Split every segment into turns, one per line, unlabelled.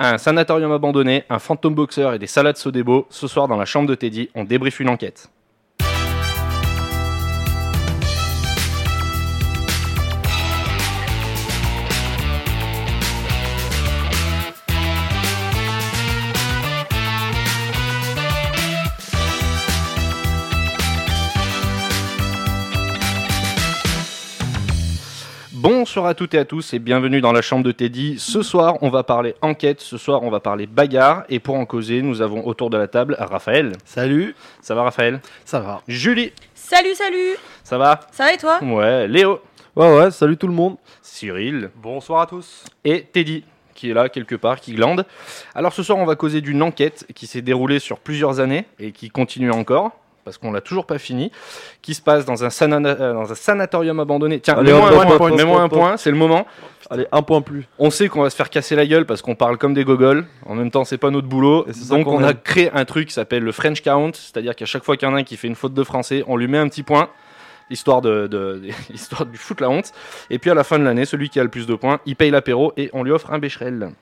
un sanatorium abandonné, un fantôme boxeur et des salades Sodebo. Ce soir, dans la chambre de Teddy, on débriefe une enquête. Bonsoir à toutes et à tous et bienvenue dans la chambre de Teddy. Ce soir, on va parler enquête, ce soir, on va parler bagarre et pour en causer, nous avons autour de la table Raphaël.
Salut,
Ça va Raphaël
ça va.
Julie,
Salut, salut
ça va
Ça va et toi
Ouais, Léo,
Ouais, ouais, salut tout le monde.
Cyril
Bonsoir à tous.
et Teddy qui est là quelque part, qui glande. Alors ce soir, on va causer d'une enquête qui s'est déroulée sur plusieurs années et qui continue encore parce qu'on l'a toujours pas fini, qui se passe dans un, sanana- euh, dans un sanatorium abandonné. Tiens,
Allez,
mets-moi
hop,
un
hop,
point,
hop,
mets-moi
hop,
un
hop.
point, c'est le moment.
Allez, un point plus.
On sait qu'on va se faire casser la gueule parce qu'on parle comme des gogoles. En même temps, c'est pas notre boulot.
Et c'est ça
Donc,
qu'on
on a
aime.
créé un truc qui s'appelle le French Count. C'est-à-dire qu'à chaque fois qu'il y en a un qui fait une faute de français, on lui met un petit point, histoire de, de, histoire de lui foutre la honte. Et puis, à la fin de l'année, celui qui a le plus de points, il paye l'apéro et on lui offre un bécherel.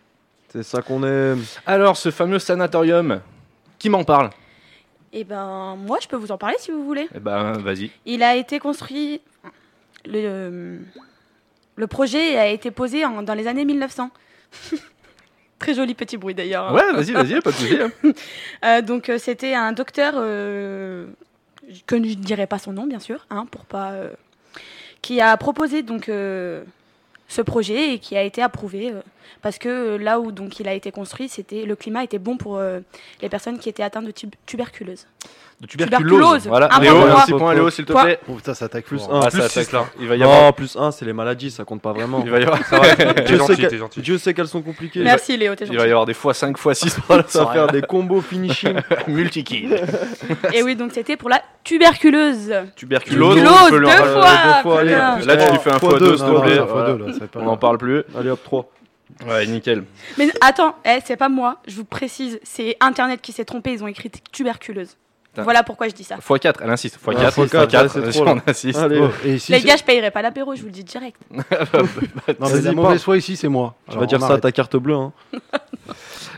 C'est ça qu'on aime.
Alors, ce fameux sanatorium, qui m'en parle
Eh ben, moi, je peux vous en parler si vous voulez.
Eh ben, vas-y.
Il a été construit... Le, le projet a été posé en- dans les années 1900. Très joli petit bruit d'ailleurs. hein.
Ouais, vas-y, vas-y, pas de souci. hein.
Euh, donc euh, c'était un docteur euh, que je ne dirai pas son nom bien sûr, hein, pour pas, euh, qui a proposé donc euh, ce projet et qui a été approuvé euh, parce que euh, là où donc il a été construit, c'était le climat était bon pour euh, les personnes qui étaient atteintes de tub- tuberculose.
De
Tuberculose. Ah,
Voilà,
Un
Léo,
point pour
un petit
moi.
point, Léo, s'il te
Point.
plaît.
Oh putain, ça attaque plus
Bon,
un.
Ah,
plus
ça
six.
attaque là. Il va y
Non,
avoir.
Oh, plus un, c'est les maladies, ça compte pas vraiment.
Il va y avoir.
Ça va T'es
Dieu, sait
gentil,
qu'elle-
t'es gentil.
Dieu sait qu'elles sont compliquées.
Merci Léo, t'es
Il va y
gentil.
avoir des fois 5 fois 6
Ça va faire des combos finishing.
multi-kills.
Et oui donc c'était pour la tuberculose.
Tuberculose,
Tuberculose,
on peut le
deux
rappeler.
fois,
Oh deux fois, allez,
putain.
plus
Là, tu
trois.
lui fais un
Fois
fois
deux,
deux, s'il te
non,
plaît.
non, fois
Voilà.
deux, là, ça va
On
pas mal.
n'en parle plus.
Allez hop, 3.
Ouais, nickel.
Mais attends, eh, c'est pas moi, je vous précise, c'est Internet qui s'est trompé, ils ont écrit tuberculeuse.
Putain.
Voilà pourquoi je dis ça.
Fois 4, elle insiste. Fois
Ouais,
4,
fois
fois
quatre,
4,
ouais, c'est
si
trop,
on
là.
euh, insiste.
Allez,
Oh, et ici,
Les gars, je payerai pas l'apéro, je vous le dis direct.
non,
vas-y,
mais la
parle.
mauvaise foi ici, c'est moi.
tu
Genre,
vas dire
on
ça à
arrête.
ta carte bleue. Hein.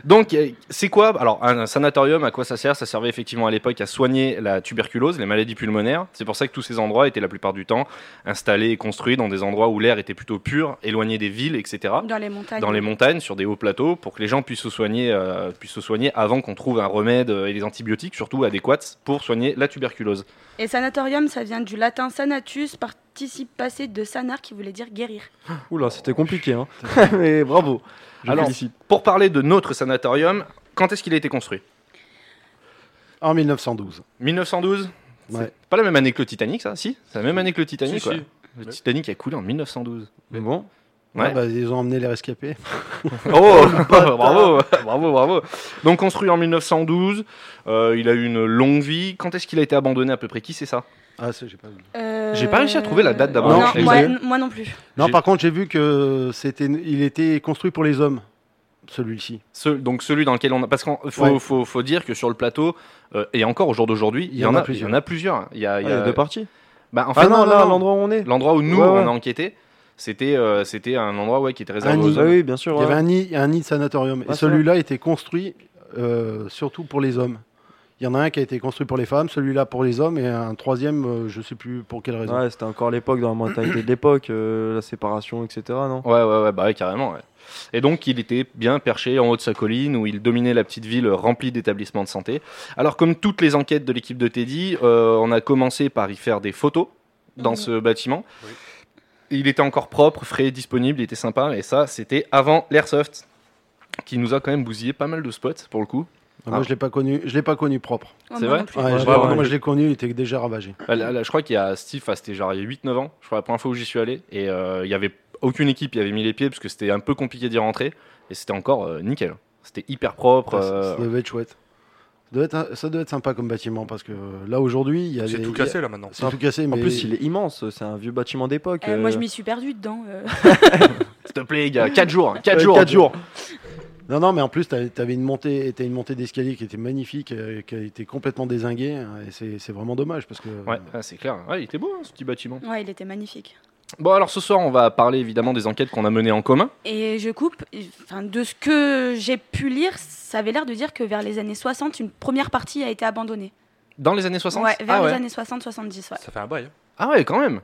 Donc, euh, c'est quoi Alors, un, un sanatorium, à quoi ça sert Ça servait effectivement à l'époque à soigner la tuberculose, les maladies pulmonaires. C'est pour ça que tous ces endroits étaient la plupart du temps installés et construits dans des endroits où l'air était plutôt pur, éloigné des villes, etc.
Dans les montagnes.
Dans les montagnes, sur des hauts plateaux, pour que les gens puissent se soigner, euh, puissent se soigner avant qu'on trouve un remède euh, et des antibiotiques, surtout adéquats, pour soigner la tuberculose.
Et sanatorium, ça vient du latin sanatus, participe passé de sanar qui voulait dire guérir.
Oula, c'était compliqué. Hein. Mais bravo. Je
Alors,
félicite.
Pour parler de notre sanatorium, quand est-ce qu'il a été construit
En 1912.
1912 C'est
Ouais.
Pas la même année que le Titanic, ça Si C'est la même année que le Titanic,
Si,
quoi.
si.
Le
Ouais.
Titanic a coulé en 1912.
Mais bon,
Ouais.
Ah bah, ils ont emmené les rescapés.
Oh Bravo Bravo, bravo Donc construit en 1912, euh, il a eu une longue vie. Quand est-ce qu'il a été abandonné à peu près Qui c'est ça
Ah, ça, j'ai pas vu.
Euh,
J'ai pas réussi à trouver la date d'abord.
Non,
Non, je
moi,
l'ai.
n- moi non plus.
Non,
J'ai-
par contre, j'ai vu que c'était, il était construit pour les hommes, celui-ci.
Ce- Donc celui dans lequel on a... Parce qu'il faut,
Ouais.
faut- faut dire que sur le plateau, euh, et encore au jour d'aujourd'hui, il y, en a il y en a plusieurs. Il y a,
Ah,
il
il
y
y
a-
a deux parties.
Bah, en fait,
Ah non,
non,
là,
non, non.
l'endroit où on est.
l'endroit où nous,
Ouais, ouais.
on a enquêté, c'était euh, c'était un endroit ouais, qui était réservé
Un
aux
nid.
Ah
hommes.
oui, bien sûr.
Il y avait
ouais.
un nid, un nid de sanatorium.
Ah,
et
ça.
celui-là était construit euh, surtout pour les hommes. Il y en a un qui a été construit pour les femmes, celui-là pour les hommes, et un troisième, euh, je sais plus pour quelle raison.
Ouais, c'était encore l'époque, dans la mentalité de l'époque, euh, la séparation, etc. Non
Ouais, ouais, ouais, bah ouais, carrément. ouais. Et donc, il était bien perché en haut de sa colline où il dominait la petite ville remplie d'établissements de santé. Alors, comme toutes les enquêtes de l'équipe de Teddy, euh, on a commencé par y faire des photos dans
Mhm.
ce bâtiment. Il était encore propre, frais, disponible, il était sympa. Et ça, c'était avant l'Airsoft qui nous a quand même bousillé pas mal de spots pour le coup.
Ah, Moi,
Ah.
je l'ai pas connu, je l'ai pas connu propre.
Moi
C'est
non
vrai Ah,
plus.
Ouais,
Ouais,
je l'ai-
ouais,
moi,
ouais.
je l'ai connu, il était déjà ravagé.
Là, Bah, là, là, je crois qu'il y a Steve, ah, c'était genre il y a 8-9 ans, je crois la première fois où j'y suis allé, et euh, il y avait aucune équipe qui avait mis les pieds parce que c'était un peu compliqué d'y rentrer, et c'était encore euh, nickel. C'était hyper propre.
Ah,
Ça, Ah, ça-
euh,
ça devait être chouette. Ça devait être, ça devait être sympa comme bâtiment parce que euh, là aujourd'hui, il y a
C'est
des-
tout
il y a-
cassé là maintenant.
C'est tout cassé, mais
En plus, il est immense, c'est un vieux bâtiment d'époque.
Euh, moi,
euh,
je m'y suis perdue dedans. euh.
S'il te plaît, les gars, 4 jours, 4
euh,
jours.
quatre jours.
Non, non, mais en plus, tu avais une montée, t'as une montée d'escalier qui était magnifique, euh, qui a été complètement dézinguée, hein, et c'est c'est vraiment dommage parce que.
Ouais, ah, c'est clair. Ouais, il était beau hein, ce petit bâtiment.
Ouais, il était magnifique.
Bon, alors ce soir, on va parler évidemment des enquêtes qu'on a menées en commun.
Et je coupe, enfin, de ce que j'ai pu lire, ça avait l'air de dire que vers les années 60, une première partie a été abandonnée.
Dans les années 60
Ouais, vers
ah,
les
ouais.
années 60-70, ouais.
Ça fait un bail. hein.
ah ouais, quand même.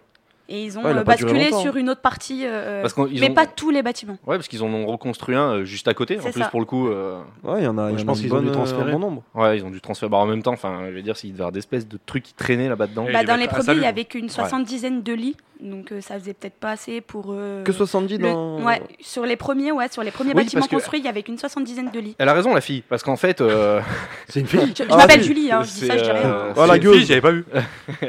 Et ils ont
Ouais, il a
euh,
pas duré
basculé
longtemps,
sur une autre partie, euh,
hein. Parce qu'on- ils
mais
ont-
pas tous les bâtiments.
Ouais, parce qu'ils en ont reconstruit un euh, juste à côté. En
C'est
plus,
ça.
pour le coup, euh,
Ouais, il y en a. il y
je
en a
pense
une
qu'ils ont dû
bonne, euh,
transférer.
un bon nombre.
ouais, ils ont dû transférer. Bah, en même temps, enfin, je veux dire, s'il devait y avoir des espèces de trucs qui traînaient là-bas dedans.
Et
Bah,
ils
dans
mettent
les
un
premiers,
salut,
il y
quoi.
avait qu'une soixante-dizaine de lits, donc euh, ça faisait peut-être pas assez pour. euh,
Que 70
le-
dans.
ouais, sur les premiers, ouais, sur les premiers
Oui,
bâtiments
parce que-
construits, il y avait qu'une soixante-dizaine de lits.
Elle a raison, la fille, parce qu'en fait, euh,
C'est une fille
Je, je
Ah,
m'appelle
oui,
Julie, hein, je dis
c'est,
ça, je dis rien.
euh,
hein.
Oh, la
C'est une
gueule.
fille, J'avais pas vu.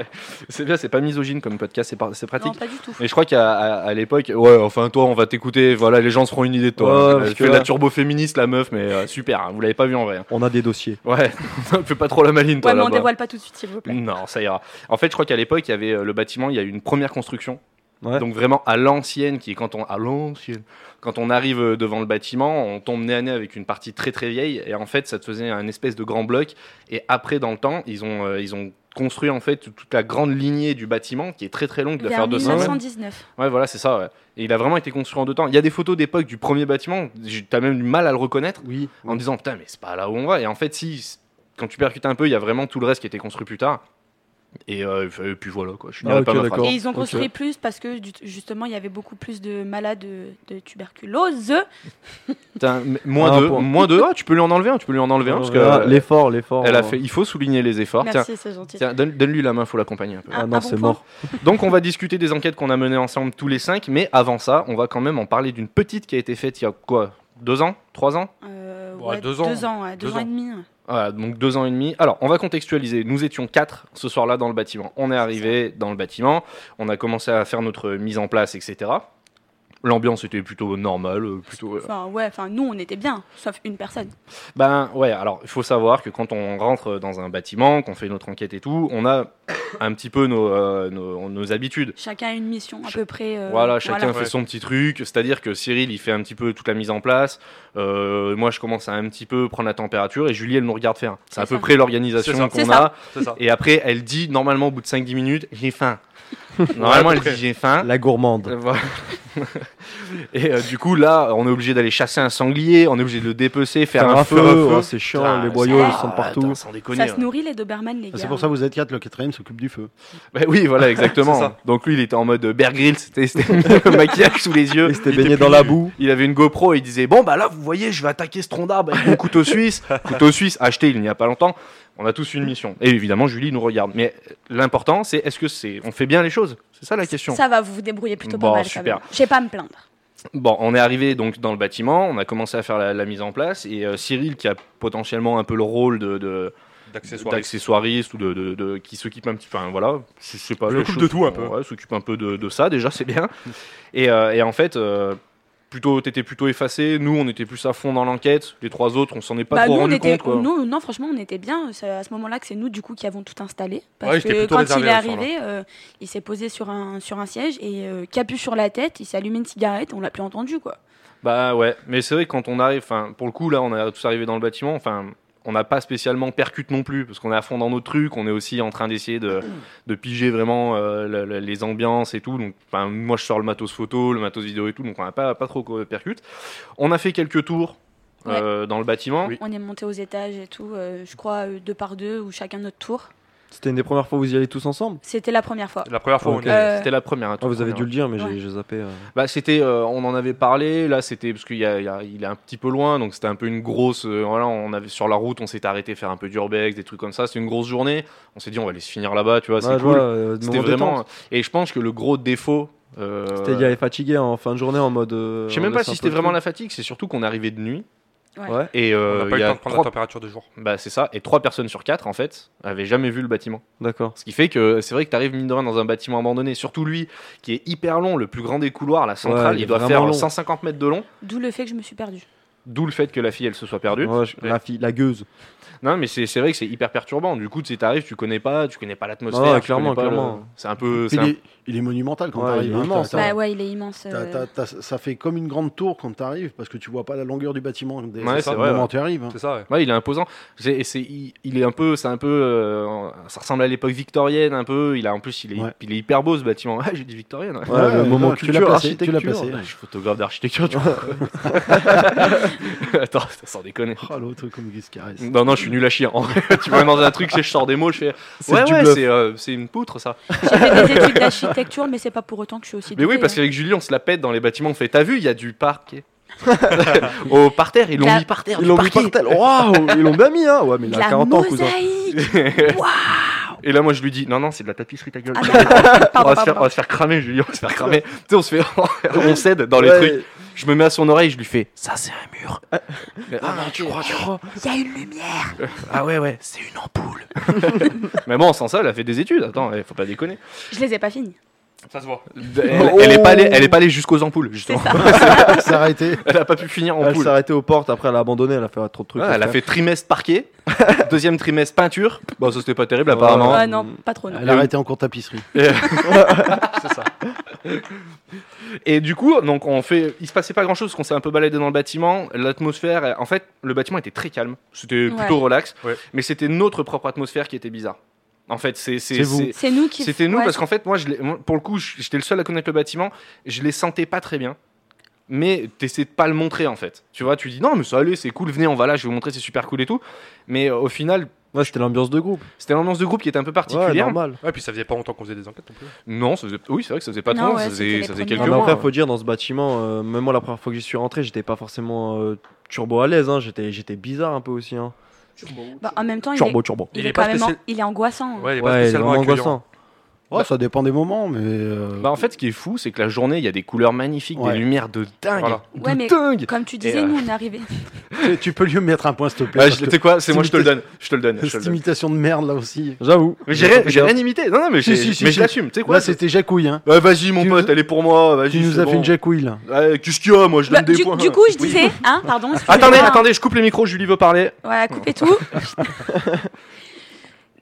c'est bien, c'est pas misogyne comme podcast, c'est par- c'est
Non,
pratique.
pas du tout.
Et je crois qu'à à, à l'époque, ouais, enfin toi, on va t'écouter, voilà, les gens se feront une idée de
Ouais,
toi.
parce
Elle
que
fait
là-
la turbo-féministe, la meuf, mais euh, super, hein, vous l'avez pas vu en vrai. hein.
On a des dossiers.
Ouais, fais pas trop la maline, toi,
Ouais, mais on
là-bas.
dévoile pas tout de suite, s'il vous plaît.
Non, ça ira. En fait, je crois qu'à l'époque, il y avait euh, le bâtiment, il y a eu une première construction.
Ouais.
Donc vraiment à l'ancienne, qui est quand on à l'ancienne, quand on arrive euh, devant le bâtiment, on tombe nez à nez avec une partie très très vieille, et en fait, ça te faisait un espèce de grand bloc. Et après, dans le temps, ils ont euh, ils ont construit en fait toute la grande lignée du bâtiment, qui est très très longue, de
Vers
faire 200 mètres.
1919.
Ouais, voilà, c'est ça. ouais. Et il a vraiment été construit en deux temps. Il y a des photos d'époque du premier bâtiment, j'ai- t'as même du mal à le reconnaître
Oui.
en disant putain mais c'est pas là où on va et en fait si c- quand tu percutes un peu il y a vraiment tout le reste qui a été construit plus tard et, euh, et puis voilà quoi je
Ah,
n'irai
ok,
pas ma
d'accord.
phrase
Et ils ont
ok.
construit plus parce que du- justement, il y avait beaucoup plus de malades de, de tuberculose.
Ah, Putain, mais- moins
Ah,
deux
pour-
moins deux ah, tu peux lui en enlever un tu peux lui en enlever un parce que euh,
Ah, l'effort, l'effort.
elle a fait il faut souligner les efforts tiens
Merci, c'est gentil.
tiens, donne, lui la main faut l'accompagner un peu
Ah,
Ah,
un
non,
bon
c'est
point.
mort.
donc on va discuter des enquêtes qu'on a menées ensemble tous les cinq mais avant ça on va quand même en parler d'une petite qui a été faite il y a quoi deux ans trois ans
Euh,
Ouais, deux ans.
Deux ans, ouais, deux
Deux
ans et
ans.
demi.
Voilà, donc deux ans et demi. Alors, on va contextualiser. Nous étions quatre ce soir-là dans le bâtiment. On est arrivé dans le bâtiment. On a commencé à faire notre mise en place, etc. L'ambiance était plutôt normale, euh, plutôt. euh,
Enfin, ouais, enfin, nous, on était bien, sauf une personne.
Ben ouais. Alors, il faut savoir que quand on rentre dans un bâtiment, qu'on fait notre enquête et tout, on a un petit peu nos, euh, nos- nos habitudes.
Chacun a une mission, à
Ch-
peu près. euh,
Voilà, chacun fait
Ouais.
son petit truc. C'est-à-dire que Cyril, il fait un petit peu toute la mise en place. Euh, moi, je commence à un petit peu prendre la température et Julie, elle nous regarde faire. C'est à
C'est
peu
ça.
près
C'est ça.
l'organisation
C'est
qu'on
ça.
a.
C'est ça.
Et après, elle dit normalement au bout de 5-10 minutes, j'ai faim. Normalement, elle dit j'ai faim.
La gourmande.
Euh, voilà. Et euh, du coup, là, on est obligé d'aller chasser un sanglier, on est obligé de le dépecer, faire, un, feu. Ah,
oh, c'est chiant,
Putain,
les
ça
boyaux
va,
ils sont partout.
attends, sans déconner.
hein.
Ça se nourrit les Doberman, les gars.
Ah, C'est pour ça que vous êtes quatre, le quatrième s'occupe du feu.
Bah oui, voilà, exactement.
C'est ça.
Donc lui, il était en mode euh, Bear Grylls, c'était c'était le maquillage sous les yeux.
Ils s'étaient
Il était
baignés
plus
dans la
nu.
boue.
Il avait une GoPro et il disait Bon, bah là, vous voyez, je vais attaquer ce tronc d'arbre avec mon couteau suisse. couteau suisse acheté il n'y a pas longtemps. On a tous une mission. Et évidemment, Julie nous regarde. Mais euh, l'important, c'est est-ce que c'est. On fait bien les choses C'est ça la question.
Ça va, vous vous débrouillez plutôt
Bon,
pas mal.
super.
Quand même. J'ai pas à me plaindre.
Bon, on est arrivé donc dans le bâtiment, on a commencé à faire la, la mise en place et euh, Cyril qui a potentiellement un peu le rôle de, de-
D'accessoires.
d'accessoiriste ou de, de- de- qui s'occupe un petit, enfin voilà, je sais pas,
Je
les
m'occupe
choses-
de tout un peu.
ouais, s'occupe un peu de, de ça déjà, c'est bien. Et, euh, et en fait, euh, plutôt, t'étais plutôt effacé, nous on était plus à fond dans l'enquête, les trois autres on s'en est pas
Bah,
trop
nous, on
rendu
était,
compte. quoi.
nous, non, franchement, on était bien. C'est à ce moment-là que c'est nous, du coup, qui avons tout installé. Parce
Ouais, j'étais
que
plutôt
quand
réservé
il est
à ce
arrivé, euh, il s'est posé sur un, sur un siège et euh, capu sur la tête, il s'est allumé une cigarette, on l'a plus entendu, quoi.
Bah ouais, mais c'est vrai que quand on arrive, enfin pour le coup là on est tous arrivés dans le bâtiment, enfin on n'a pas spécialement percute non plus parce qu'on est à fond dans nos trucs, on est aussi en train d'essayer de, de piger vraiment euh, le- le- les ambiances et tout. Donc enfin, moi je sors le matos photo, le matos vidéo et tout, donc on n'a pas pas trop euh, percute. On a fait quelques tours euh, dans le bâtiment.
On est monté aux étages et tout, euh, je crois, euh, deux par deux ou chacun notre tour.
C'était une des premières fois où vous y allez tous ensemble
C'était la première fois.
La première fois, où on
Ok.
est.
Euh,
C'était la première. à
Ah,
tout
Vous avez
prendre,
dû le dire, mais
Ouais.
j'ai j'ai zappé. euh.
Bah c'était, euh, on en avait parlé. Là c'était parce qu'il y a- il y a- il est un petit peu loin, donc c'était un peu une grosse. euh, voilà, on avait sur la route, on s'est arrêté faire un peu d'urbex, des trucs comme ça. C'était une grosse journée. On s'est dit on va aller se finir là-bas, tu vois,
Ouais,
c'est
je
cool.
vois, euh,
C'était
moment détente.
vraiment. Et je pense que le gros défaut. euh,
C'était y aller fatigué en fin de journée en mode. euh,
je sais
on
même pas
laisse
si
un peu
c'était
le
vraiment la
truc.
fatigue. C'est surtout qu'on est arrivé de nuit.
la-
Ouais.
Et euh,
On n'a pas
il y
eu le
a
temps de prendre
trois-
la température de jour.
Bah c'est ça. Et trois personnes sur quatre en fait avaient jamais vu le bâtiment.
D'accord.
Ce qui fait que c'est vrai que t'arrives mine de rien dans un bâtiment abandonné. Surtout lui qui est hyper long, le plus grand des couloirs, la centrale.
il
il
est
doit
vraiment
faire
long.
150 mètres de long.
D'où le fait que je me suis perdue.
D'où le fait que la fille, elle se soit perdue.
Ouais, je-
Ouais.
La fille, la gueuse.
Non, mais c'est c'est vrai que c'est hyper perturbant. Du coup, tu sais, t'arrives, tu connais pas, tu connais pas l'atmosphère.
Ah ouais,
tu
clairement,
connais pas le-
clairement.
C'est un peu. c'est
Il
un-
est, il est monumental quand
Ouais,
t'arrives.
il est
hein,
immense,
t'as-
hein.
Bah ouais, il est immense. euh,
t'as- t'as- t'as- ça fait comme une grande tour quand t'arrives parce que tu vois pas la longueur du bâtiment dès
Ouais, c'est
le
vrai,
moment
ouais.
où tu arrives. hein.
C'est ça, ouais.
Ouais, il est imposant. C'est, et c'est- il, il est un peu, c'est un peu, euh, ça ressemble à l'époque victorienne un peu. Il a en plus, il est,
Ouais.
il est hyper beau ce bâtiment. Ah, j'ai dit victorienne. ouais.
Ouais, le moment
tu l'as
culture,
placé, tu l'as
architecture,
placé.
Je suis photographe d'architecture. Du coup. Attends, sans déconner.
Oh, l'autre comme il se caresse.
Non, non, je suis nul à chier. En vrai, tu vas dans un truc, c'est je sors des mots, je fais.
C'est
Ouais,
du
ouais,
bluff.
c'est, euh, c'est une poutre ça.
J'ai fait des études d'architecture, mais c'est pas pour autant que je suis aussi.
Mais oui,
douée,
parce
hein.
qu'avec Julie, on se la pète dans les bâtiments. On fait, t'as vu, il y a du parquet. Au parterre, ils l'ont
La-
mis par terre.
Ils
du
l'ont mis
parquet.
par terre. Waouh, ils l'ont bien mis, hein. Ouais, mais il
De
a
la
40 ans, cousin.
mosaïque. Waouh.
Et là, moi, je lui dis, non, non, c'est de la tapisserie, ta gueule.
Ah, d'accord.
on, va
Pardon,
se faire, on
pardon.
va se faire cramer, Julie, on va se faire cramer. tu sais, on se fait. on cède dans les
Ouais.
trucs. Je me mets à son oreille, je lui fais Ça, c'est un mur. Mais, ah, non, tu crois, tu crois.
Il y a une lumière.
Ah, ouais, ouais, c'est une ampoule. Mais bon, sans ça, elle a fait des études. Attends, eh, faut pas déconner.
Je les ai pas finis.
Ça se voit. Elle, elle est, pas allée, elle est pas allée jusqu'aux ampoules,
Oh. C'est
justement.
ça.
S'arrêter.
Elle a pas pu finir
Elle s'est
ampoule.
arrêtée aux portes, après elle a abandonné, elle a fait trop de trucs.
Ouais, elle a fait trimestre parquet, deuxième trimestre peinture. Bon, ça c'était pas terrible
Ouais.
apparemment.
Ouais, Ah non, pas trop. non.
Elle a arrêté en cours de tapisserie.
Et du coup, donc on fait, il se passait pas grand chose, parce qu'on s'est un peu baladé dans le bâtiment. L'atmosphère, elle- en fait, le bâtiment était très calme. C'était
Ouais.
plutôt relax.
Ouais.
Mais c'était notre propre atmosphère qui était bizarre. En fait, c'est c'est-
C'est vous.
c'est-
C'est nous qui.
c'était nous
ouais,
parce qu'en fait, moi, je l'ai- moi, pour le coup, je- j'étais le seul à connaître le bâtiment. Je les sentais pas très bien. Mais t'essaies de pas le montrer en fait. Tu vois, tu dis non, mais ça allez, c'est cool, venez, on va là, je vais vous montrer, c'est super cool et tout. Mais euh, au final,
Ouais, c'était l'ambiance de groupe.
c'était l'ambiance de groupe qui était un peu
Ouais,
particulière.
normal.
Ouais, puis ça faisait pas longtemps qu'on faisait des enquêtes non plus.
non, ça faisait- oui, c'est vrai que ça faisait pas
Non,
trop,
ouais,
ça
c'était
faisait,
les
ça faisait
premiers
quelques
Non, mais
mois.
mois. hein.
après, faut dire, dans ce bâtiment, euh, même moi, la première fois que j'y suis rentré, j'étais pas forcément euh, turbo à l'aise, hein. j'étais, j'étais bizarre un peu aussi. Hein.
bah, en même temps, il est,
Turbo, turbo.
il
Il
est
est pas
quand même. en-
spécial-
Il est angoissant. hein.
Ouais, il est pas
Ouais, il est
spécialement
vraiment
accueillant.
angoissant.
Oh, ça dépend des moments, mais. euh,
Bah en fait, ce qui est fou, c'est que la journée, il y a des couleurs magnifiques,
Ouais.
des lumières de dingue,
Voilà.
de
Ouais, mais-
dingue.
Comme tu
Et,
disais,
euh,
nous on est arrivés.
tu- tu peux lui mettre un point, s'il te plaît.
Ah,
parce
je-
que
tu sais quoi, c'est moi je te le donne, je te le donne. je te le
Cette
donne.
imitation de merde là aussi.
J'avoue.
Mais j'ai rien, j'ai rien imité. Non, non, mais, j'ai-
si, si,
mais je
si.
l'assume. Tu sais quoi
Là, c'était jacouille. Hein.
Ouais, Vas-y, mon
Tu
pote,
nous-
elle est pour moi. Vas-y,
Tu nous
c'est
as
bon.
fait une jacouille là.
Ouais, Qu'est-ce qu'il y a Moi, je donne
Bah,
des
du,
points.
du coup, je
Oui.
disais, hein, pardon.
Attendez,
excusez-moi.
attendez, je coupe les micros. Julie veut parler.
Voilà, coupez tout.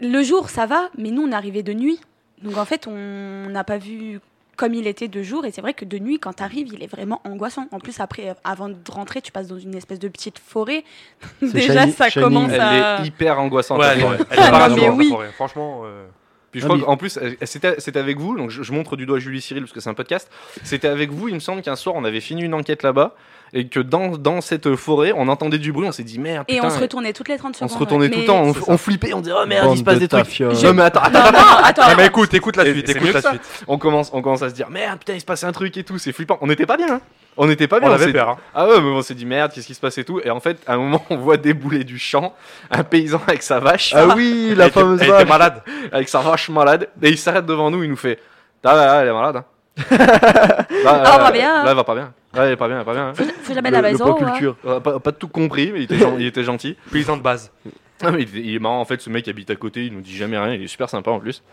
Le jour, ça va, mais nous, on est arrivés de nuit. Donc, en fait, on n'a pas vu comme il était de jour. Et c'est vrai que de nuit, quand t'arrives, il est vraiment angoissant. En plus, après, euh, avant de rentrer, tu passes dans une espèce de petite forêt. Déjà,
shiny-
ça
shining.
commence
Elle
à...
est hyper angoissante.
Ouais,
la
elle est-
forêt.
elle est
Ah,
pas
non, mais
rassurante,
oui.
la forêt. Franchement, euh,
Puis je
Non,
crois
mais-
qu'en plus, euh, c'était c'était avec vous, donc je, je montre du doigt Julie Cyril parce que c'est un podcast. C'était avec vous, il me semble qu'un soir on avait fini une enquête là-bas et que dans, dans cette forêt on entendait du bruit, on s'est dit merde.
Et
putain,
on se retournait toutes les 30
on
secondes.
se retournait tout
mais-
le temps, on, on flippait, on disait oh merde, il se
Bande
passe
de
des trucs.
tafioles.
Non, mais attends, attends,
Non,
attends,
non, attends,
Ah, mais écoute, écoute la
Et-
suite,
c'est mieux
écoute
que
la
ça.
suite.
on commence, on commence à se dire merde, putain, il se passait un truc et tout, c'est flippant. On n'était pas bien, hein. on n'était pas bien.
On
s'est
avait
dit-
peur. hein.
Ah ouais, mais on s'est dit merde, qu'est-ce qui se passe et tout. Et en fait, à un moment, on voit débouler du champ un paysan avec sa vache.
Ah oui, la
Elle était-
fameuse
Elle était
vache.
malade.
avec sa vache malade et il s'arrête devant nous il nous fait ah là, là, elle est malade hein. là,
Ah,
euh,
va bien, hein.
là, elle va pas bien là elle est pas bien elle est pas bien hein.
Faut jamais la
Le- le
maison,
point
ouais.
culture.
Euh, pas, pas tout compris mais il était, gen- il était gentil
Paysan de base.
Ah, mais il, était- il est marrant en fait ce mec habite à côté il nous dit jamais rien il est super sympa en plus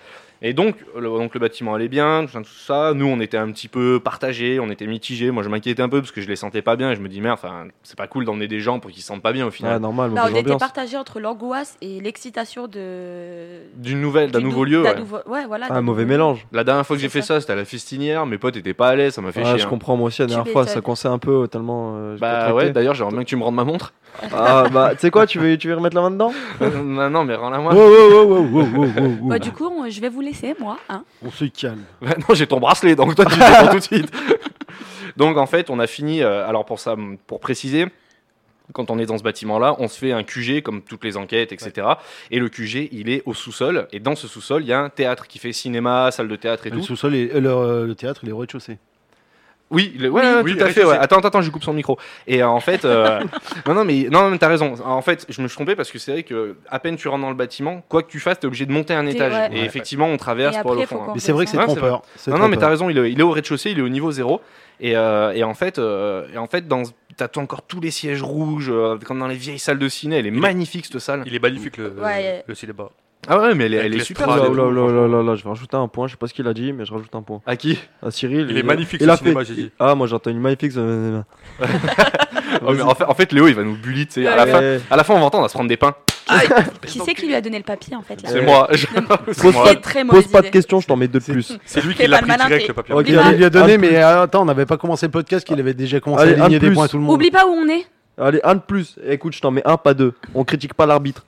et donc le, donc le bâtiment allait bien tout ça, tout ça nous on était un petit peu partagés on était mitigés moi je m'inquiétais un peu parce que je les sentais pas bien et je me dis merde enfin c'est pas cool d'emmener des gens pour qu'ils se sentent pas bien au
Ouais,
final
normal,
Bah,
mauvaise
on était
ambiance.
partagés entre l'angoisse et l'excitation de...
d'une nouvelle d'un
du
nouveau
nou-
lieu
d'un
ouais.
nouveau- Ouais, voilà.
Ah,
d'un
mauvais
nouveau lieu.
mélange.
la dernière fois que
C'est
j'ai fait
ça.
ça c'était à la festinière mes potes étaient pas à l'aise ça m'a fait
Ouais,
chier
je
hein.
comprends moi aussi la
Tu
dernière fois,
m'étonnes.
ça coinçait un peu euh, tellement. euh, j'étais
bah
traqué.
ouais d'ailleurs j'aimerais bien que tu me rendes ma montre
Ah bah, tu sais quoi, tu veux, tu veux remettre la main dedans
Euh, non, non, mais rends-la moi.
Wow, wow, wow, wow, wow, wow, wow, wow.
Bah, du coup, on- je vais vous laisser, moi. hein.
On se calme.
Bah non, j'ai ton bracelet, donc toi tu le prends tout de suite. donc en fait, on a fini. euh, alors pour ça, pour préciser, quand on est dans ce bâtiment-là, on se fait un QG comme toutes les enquêtes, etc. Et le QG, il est au sous-sol. Et dans ce sous-sol, il y a un théâtre qui fait cinéma, salle de théâtre et
Le
tout.
sous-sol, et- euh, le, euh, le théâtre, il est au rez-de-chaussée.
Oui, le- ouais, ouais,
Oui,
tout à
oui,
fait.
je
ouais.
sais.
Attends, attends, attends, je coupe son micro. Et euh, en fait, euh, non, non, mais non, mais t'as raison. En fait, je me suis trompé parce que c'est vrai que à peine tu rentres dans le bâtiment, quoi que tu fasses, t'es obligé de monter un
T'es-
étage.
ouais.
Et
Ouais,
effectivement, on
Et
traverse pour aller
après,
au
faut
fond. hein.
qu'on
Mais c'est vrai que c'est
Ouais, c'est
trompeur. c'est
Non, non, mais t'as
trompeur.
raison, il est, il est au rez-de-chaussée, il est au niveau zéro. Et, euh, et en fait, euh, et en fait dans, t'as tout- encore tous les sièges rouges, euh, comme dans les vieilles salles de ciné. Elle est magnifique, cette salle.
Il est magnifique le,
Ouais.
le cinéma.
Ah ouais, mais elle, est-
Avec
elle est
les
super.
Ah,
Oula,
des
celle-là.
oula,
bons,
oula,
franchement.
oula, oula, je vais rajouter un point, je sais pas ce qu'il a dit, mais je rajoute un point.
À qui
Ah, Cyril.
Il est magnifique
il
ce
a fait-
cinéma, j'ai dit.
euh, Ah, moi j'entends une magnifique.
Oh, mais en, fait, en fait, Léo, il va nous bully, tu sais. À, la
Ouais.
fin- à la fin, on va entendre, on va se prendre des pains.
Qui c'est qui lui a donné le papier en fait là
C'est moi. Je-
Pose
moi.
pas-
C'est très
Pose
mauvaise
pas de
idée.
questions, je t'en mets deux de plus.
C'est lui
Fais
qui l'a
pas le
pris
malin,
direct
t'es-
le papier.
Ok.
Il lui a donné,
Ah,
Un de
mais
plus.
euh, attends, on n'avait pas commencé le podcast qu'il avait déjà commencé
Allez,
à
un
aligner des
plus.
points à tout le monde.
Oublie pas où on est.
Allez, un de plus. Écoute, je t'en mets un, pas deux. On critique pas l'arbitre.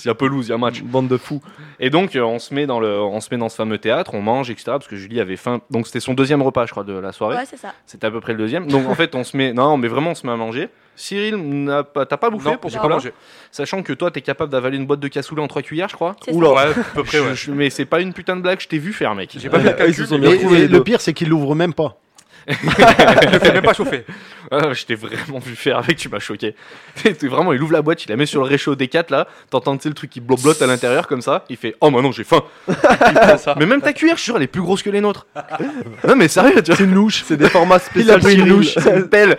Il y a pelouse, il y a match.
Bande de fous.
Et donc, euh, on se met dans le, on se met dans ce fameux théâtre, on mange, etc. Parce que Julie avait faim. Donc, c'était son deuxième repas, je crois, de la soirée.
Ouais, c'est ça.
C'était à peu près le deuxième. Donc, en fait, on se met, non, mais vraiment, on se met à manger. Cyril, n'a pas- t'as pas bouffé
Non,
pour
j'ai
ce
pas
repas
mangé.
Sachant que toi, t'es capable d'avaler une boîte de cassoulet en trois cuillères, je crois.
C'est
Oula.
ça.
Ouais, à peu près, ouais.
Je- je- mais c'est pas une putain de blague, je t'ai vu faire, mec.
J'ai pas fait le
Ah, ils se sont
calcul,
bien
mais
Et,
trouvés,
et
les deux.
le pire, c'est qu'il l'ouvre même pas.
je le fais même pas chauffer.
Ah, je t'ai vraiment vu faire avec, tu m'as choqué. T'es- vraiment, il ouvre la boîte, il la met sur le réchaud des 4 là. T'entends tu sais, le truc qui bloblote à l'intérieur comme ça. Il fait Oh, maintenant j'ai faim.
C'est ça.
Mais même ta cuillère, je suis sûr, elle est plus grosse que les nôtres. non, mais sérieux, tu vois.
C'est une louche. C'est des formats spéciaux. Cyril.
c'est une pelle.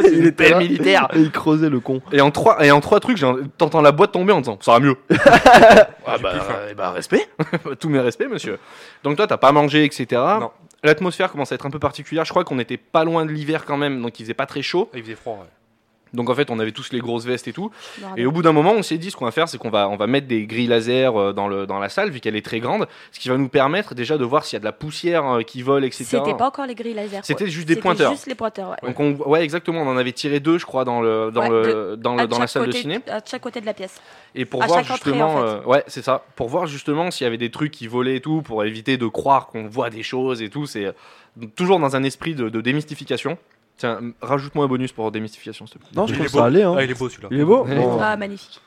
C'est une
pelle militaire.
Et il creusait le con.
Et en trois, et en trois trucs, j'ai- t'entends la boîte tomber en disant Ça va mieux. ah, bah,
plus faim.
eh bah, respect. Tous mes respects, monsieur. Donc toi, t'as pas mangé, etc.
Non.
L'atmosphère commence à être un peu particulière. Je crois qu'on était pas loin de l'hiver quand même, donc il faisait pas très chaud.
Il faisait froid, ouais.
Donc en fait, on avait tous les grosses vestes et tout.
Bordel.
Et au bout d'un moment, on s'est dit ce qu'on va faire, c'est qu'on va, on va mettre des grilles laser euh, dans, le, dans la salle, vu qu'elle est très grande, ce qui va nous permettre déjà de voir s'il y a de la poussière euh, qui vole, etc.
C'était pas encore les grilles laser.
C'était
quoi.
juste des pointeurs.
Juste les pointeurs, ouais.
Donc on, ouais, exactement, on en avait tiré deux, je crois, dans, le, dans,
Ouais,
le, dans, le-
À
dans la
chaque
salle
côté-
de ciné.
À chaque côté de la pièce.
Et pour
à
voir
chaque entrée,
justement,
en fait.
euh, ouais, c'est ça, pour voir justement s'il y avait des trucs qui volaient et tout, pour éviter de croire qu'on voit des choses et tout, c'est euh, toujours dans un esprit de, de démystification. Tiens, rajoute-moi un bonus pour démystification, s'il te plaît.
Non, je
Il
trouve
est beau.
ça allait. Hein.
Ah, il est beau celui-là.
Il est beau.
Ouais.
Bon.
Ah, magnifique.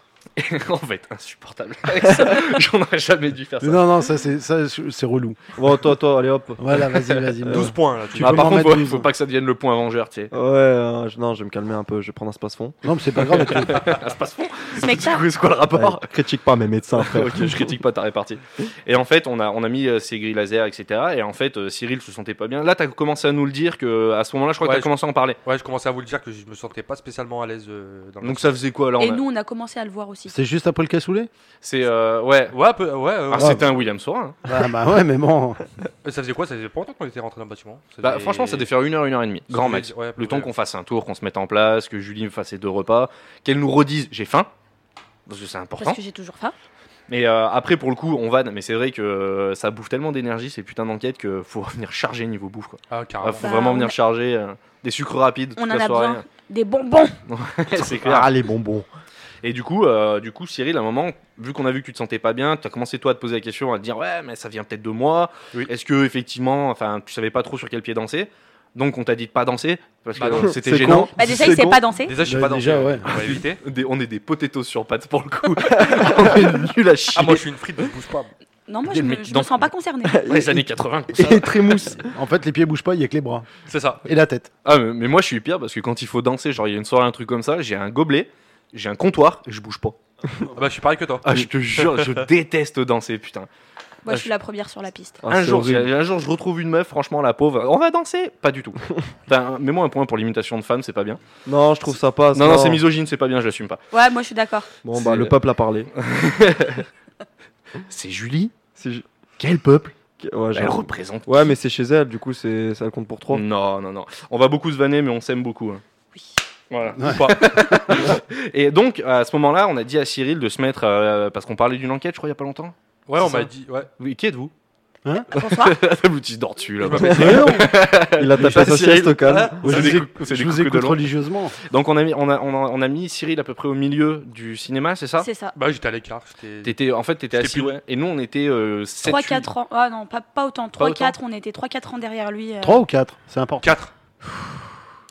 on va être insupportable. avec ça. J'en aurais jamais dû faire ça.
Non, non, ça c'est ça, c'est relou.
Bon, toi, toi, allez hop.
Voilà, vas-y, vas-y.
12 points là. Tu
Tu
Ah,
peux
par
m'en
contre,
mettre
faut,
douze,
faut
hein.
pas que ça devienne le point vengeur, tu sais.
Ouais, euh, je- non, je vais me calmer un peu, je vais prendre un space fond.
Non, mais c'est pas grave.
Ah, c'est pas ce fond.
Ce mec
Du coup, c'est quoi le rapport
critique pas mes médecins, frère.
Ok, je critique pas ta répartie. Et en fait, on a, on a mis euh, ces grilles laser, etc. Et en fait, euh, Cyril se sentait pas bien. Là, t'as commencé à nous le dire que à ce moment-là, je crois
Ouais,
que t'as
je-
commencé à en parler.
Ouais, je commençais à vous le dire que je me sentais pas spécialement à l'aise euh, dans le.
Donc ça faisait quoi là on
Et
a-
nous, on a commencé à le voir aussi.
C'est juste après le cassoulet
C'est euh, ouais.
Ouais, un peu, ouais, ouais,
Ah,
ouais.
c'était un William Sorin. hein.
Bah, bah ouais, mais bon.
Ça faisait quoi Ça faisait pas longtemps qu'on était rentré dans le bâtiment. Ça
Bah,
faisait-
franchement, ça devait faire une heure, une heure et demie,
ça
grand
faisait-
max.
ouais, à peu
Le temps
près.
qu'on fasse un tour, qu'on se mette en place, que Julie me fasse ses deux repas, qu'elle nous redise j'ai faim, parce que c'est important.
Parce que j'ai toujours faim.
Mais euh, après, pour le coup, on vanne. Mais c'est vrai que euh, ça bouffe tellement d'énergie ces putains d'enquêtes que faut venir charger niveau bouffe. Quoi.
Ah,
Ah,
carrément.
faut
Bah,
vraiment
on
venir
a-
charger euh, des sucres rapides toute
On en
la
a
soirée.
besoin. Des bonbons.
c'est clair.
Ah, les bonbons.
Et du coup, euh, du coup, Cyril, à un moment, vu qu'on a vu que tu te sentais pas bien, tu as commencé toi à te poser la question, à te dire ouais, mais ça vient peut-être de moi.
Oui.
Est-ce que effectivement, enfin, tu savais pas trop sur quel pied danser, donc on t'a dit de pas danser parce que
Bah non,
euh, c'était
c'est
gênant.
con.
Bah, déjà,
C'est
il sait
con.
pas danser.
Déjà, je sais
Bah,
pas dans
déjà, ouais.
On va éviter.
Des- on est des potatoes sur pattes pour le coup. on est nuls à chier.
Ah, moi, je suis une frite, je bouge pas.
Non, moi,
Des
je me,
mecs qui
je me
dansent.
sens pas concernée.
les années 80. tout ça.
Et très mousse.
En fait, les pieds bougent pas, il y a que les bras
C'est ça.
et la tête.
Ah, mais, mais moi je suis pire parce que quand il faut danser, genre il y a une soirée, un truc comme ça, j'ai un gobelet, j'ai un comptoir et je bouge pas.
Ah Bah, je suis pareil que toi.
Ah, je te jure, je déteste danser, putain.
Ah,
Moi, je suis la première sur la piste.
Ah,
un, jour, si- un jour, je retrouve une meuf, franchement, la pauvre, on va danser Pas du tout. Putain, Mets-moi un point pour l'imitation de femme, c'est pas bien.
Non, je trouve ça passe.
Non, non, c'est misogyne, c'est pas bien, je l'assume pas.
Ouais, moi, je suis d'accord.
Bon, bah,
C'est-
le peuple a parlé.
C'est Julie
C'est ju-
Quel peuple
Ouais,
Elle Mm.
genre-
représente.
ouais, mais c'est chez elle, du coup, c'est ça compte pour 3.
Non, non, non. On va beaucoup se vanner, mais on s'aime beaucoup. hein.
Oui.
Voilà.
Ouais.
Ou pas. Et donc, à ce moment-là, on a dit à Cyril de se mettre. euh, parce qu'on parlait d'une enquête, je crois, il y a pas longtemps.
Ouais, on
C'est ça.
m'a dit. Ouais.
Oui, qui êtes-vous Ah,
Bonsoir.
Vous tu dors dessus, là.
Je m'appelle-
Il a tapé
pas
sa
Cyril. Ah,
sieste au calme.
Ouais,
je
c'est
vous,
des
éc-
coups- c'est
je
des
vous
coups de
écoute
long.
religieusement.
Donc, on a, mis, on, a, on, a, on a mis Cyril à peu près au milieu du cinéma, c'est ça
C'est ça.
Bah, j'étais à l'écart. J'étais.
T'étais- En fait, t'étais
J'étais
assis.
plus-
ouais. Et nous, on était euh, 7
3-4 ans. Ah non, pas, pas autant.
Pas
3-4, on était 3-4 ans derrière lui. euh.
3 ou 4, c'est important.
4.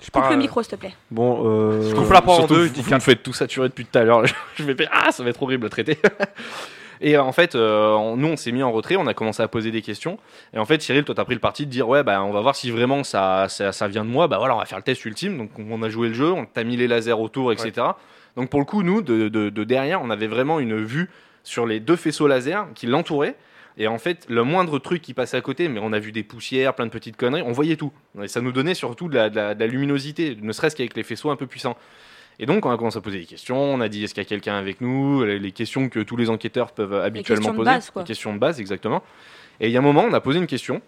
Je
Coupe
parle.
le micro, s'il te plaît.
Bon, euh,
Je coupe la part en
Surtout,
deux, je
vous,
dis
vous me faites tout saturer depuis tout à l'heure. je vais faire, ah, ça va être horrible à traiter. Et euh, en fait, euh, on- nous, on s'est mis en retrait, on a commencé à poser des questions. Et en fait, Cyril, toi, t'as pris le parti de dire, ouais, bah, on va voir si vraiment ça, ça, ça vient de moi. Bah voilà, on va faire le test ultime. Donc, on a joué le jeu, on t'a mis les lasers autour, etc. Donc, pour le coup, nous, de, de- de derrière, on avait vraiment une vue sur les deux faisceaux laser qui l'entouraient. Et en fait, le moindre truc qui passait à côté, mais on a vu des poussières, plein de petites conneries, on voyait tout. Et ça nous donnait surtout de la, de la- de la luminosité, ne serait-ce qu'avec les faisceaux un peu puissants. Et donc, on a commencé à poser des questions. On a dit est-ce qu'il y a quelqu'un avec nous Les les questions que tous les enquêteurs peuvent habituellement
questions de
poser.
base, quoi.
Les questions de base, exactement. Et il y a un moment, on a posé une question.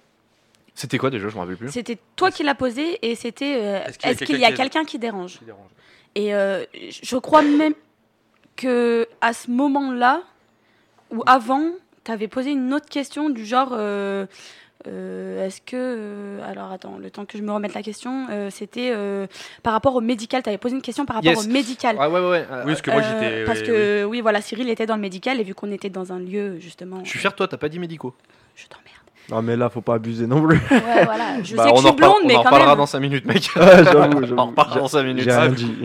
C'était quoi déjà Je me rappelle plus.
C'était toi qui l'as posé et c'était euh,
euh, Est-ce qu'il y a
est-ce qu'il y a
quelqu'un qui-
quelqu'un qui dérange
qui dérange.
Et euh, je je crois même que à ce moment-là, ou avant, tu avais posé une autre question du genre euh, euh, est-ce que. euh, alors attends, le temps que je me remette la question, euh, c'était euh, par rapport au médical. Tu avais posé une question par rapport
Yes.
au médical.
Ah ouais, ouais, ouais. euh,
Oui, parce que moi
Euh,
j'étais.
parce
oui, oui.
que oui. voilà, Cyril était dans le médical et vu qu'on était dans un lieu justement,
Je suis fier de toi, t'as pas dit médicaux.
je t'emmerde.
Non, ah, mais là, faut pas abuser non plus.
Ouais, voilà, je
Bah,
sais que
on
je suis
en reparle-
blonde, mais
on en
quand
reparlera
même.
dans 5 minutes, mec.
Ouais, Ah, j'avoue,
on en
j'avoue.
reparle dans 5 minutes.
J'ai
Ah,
rien
du
dit.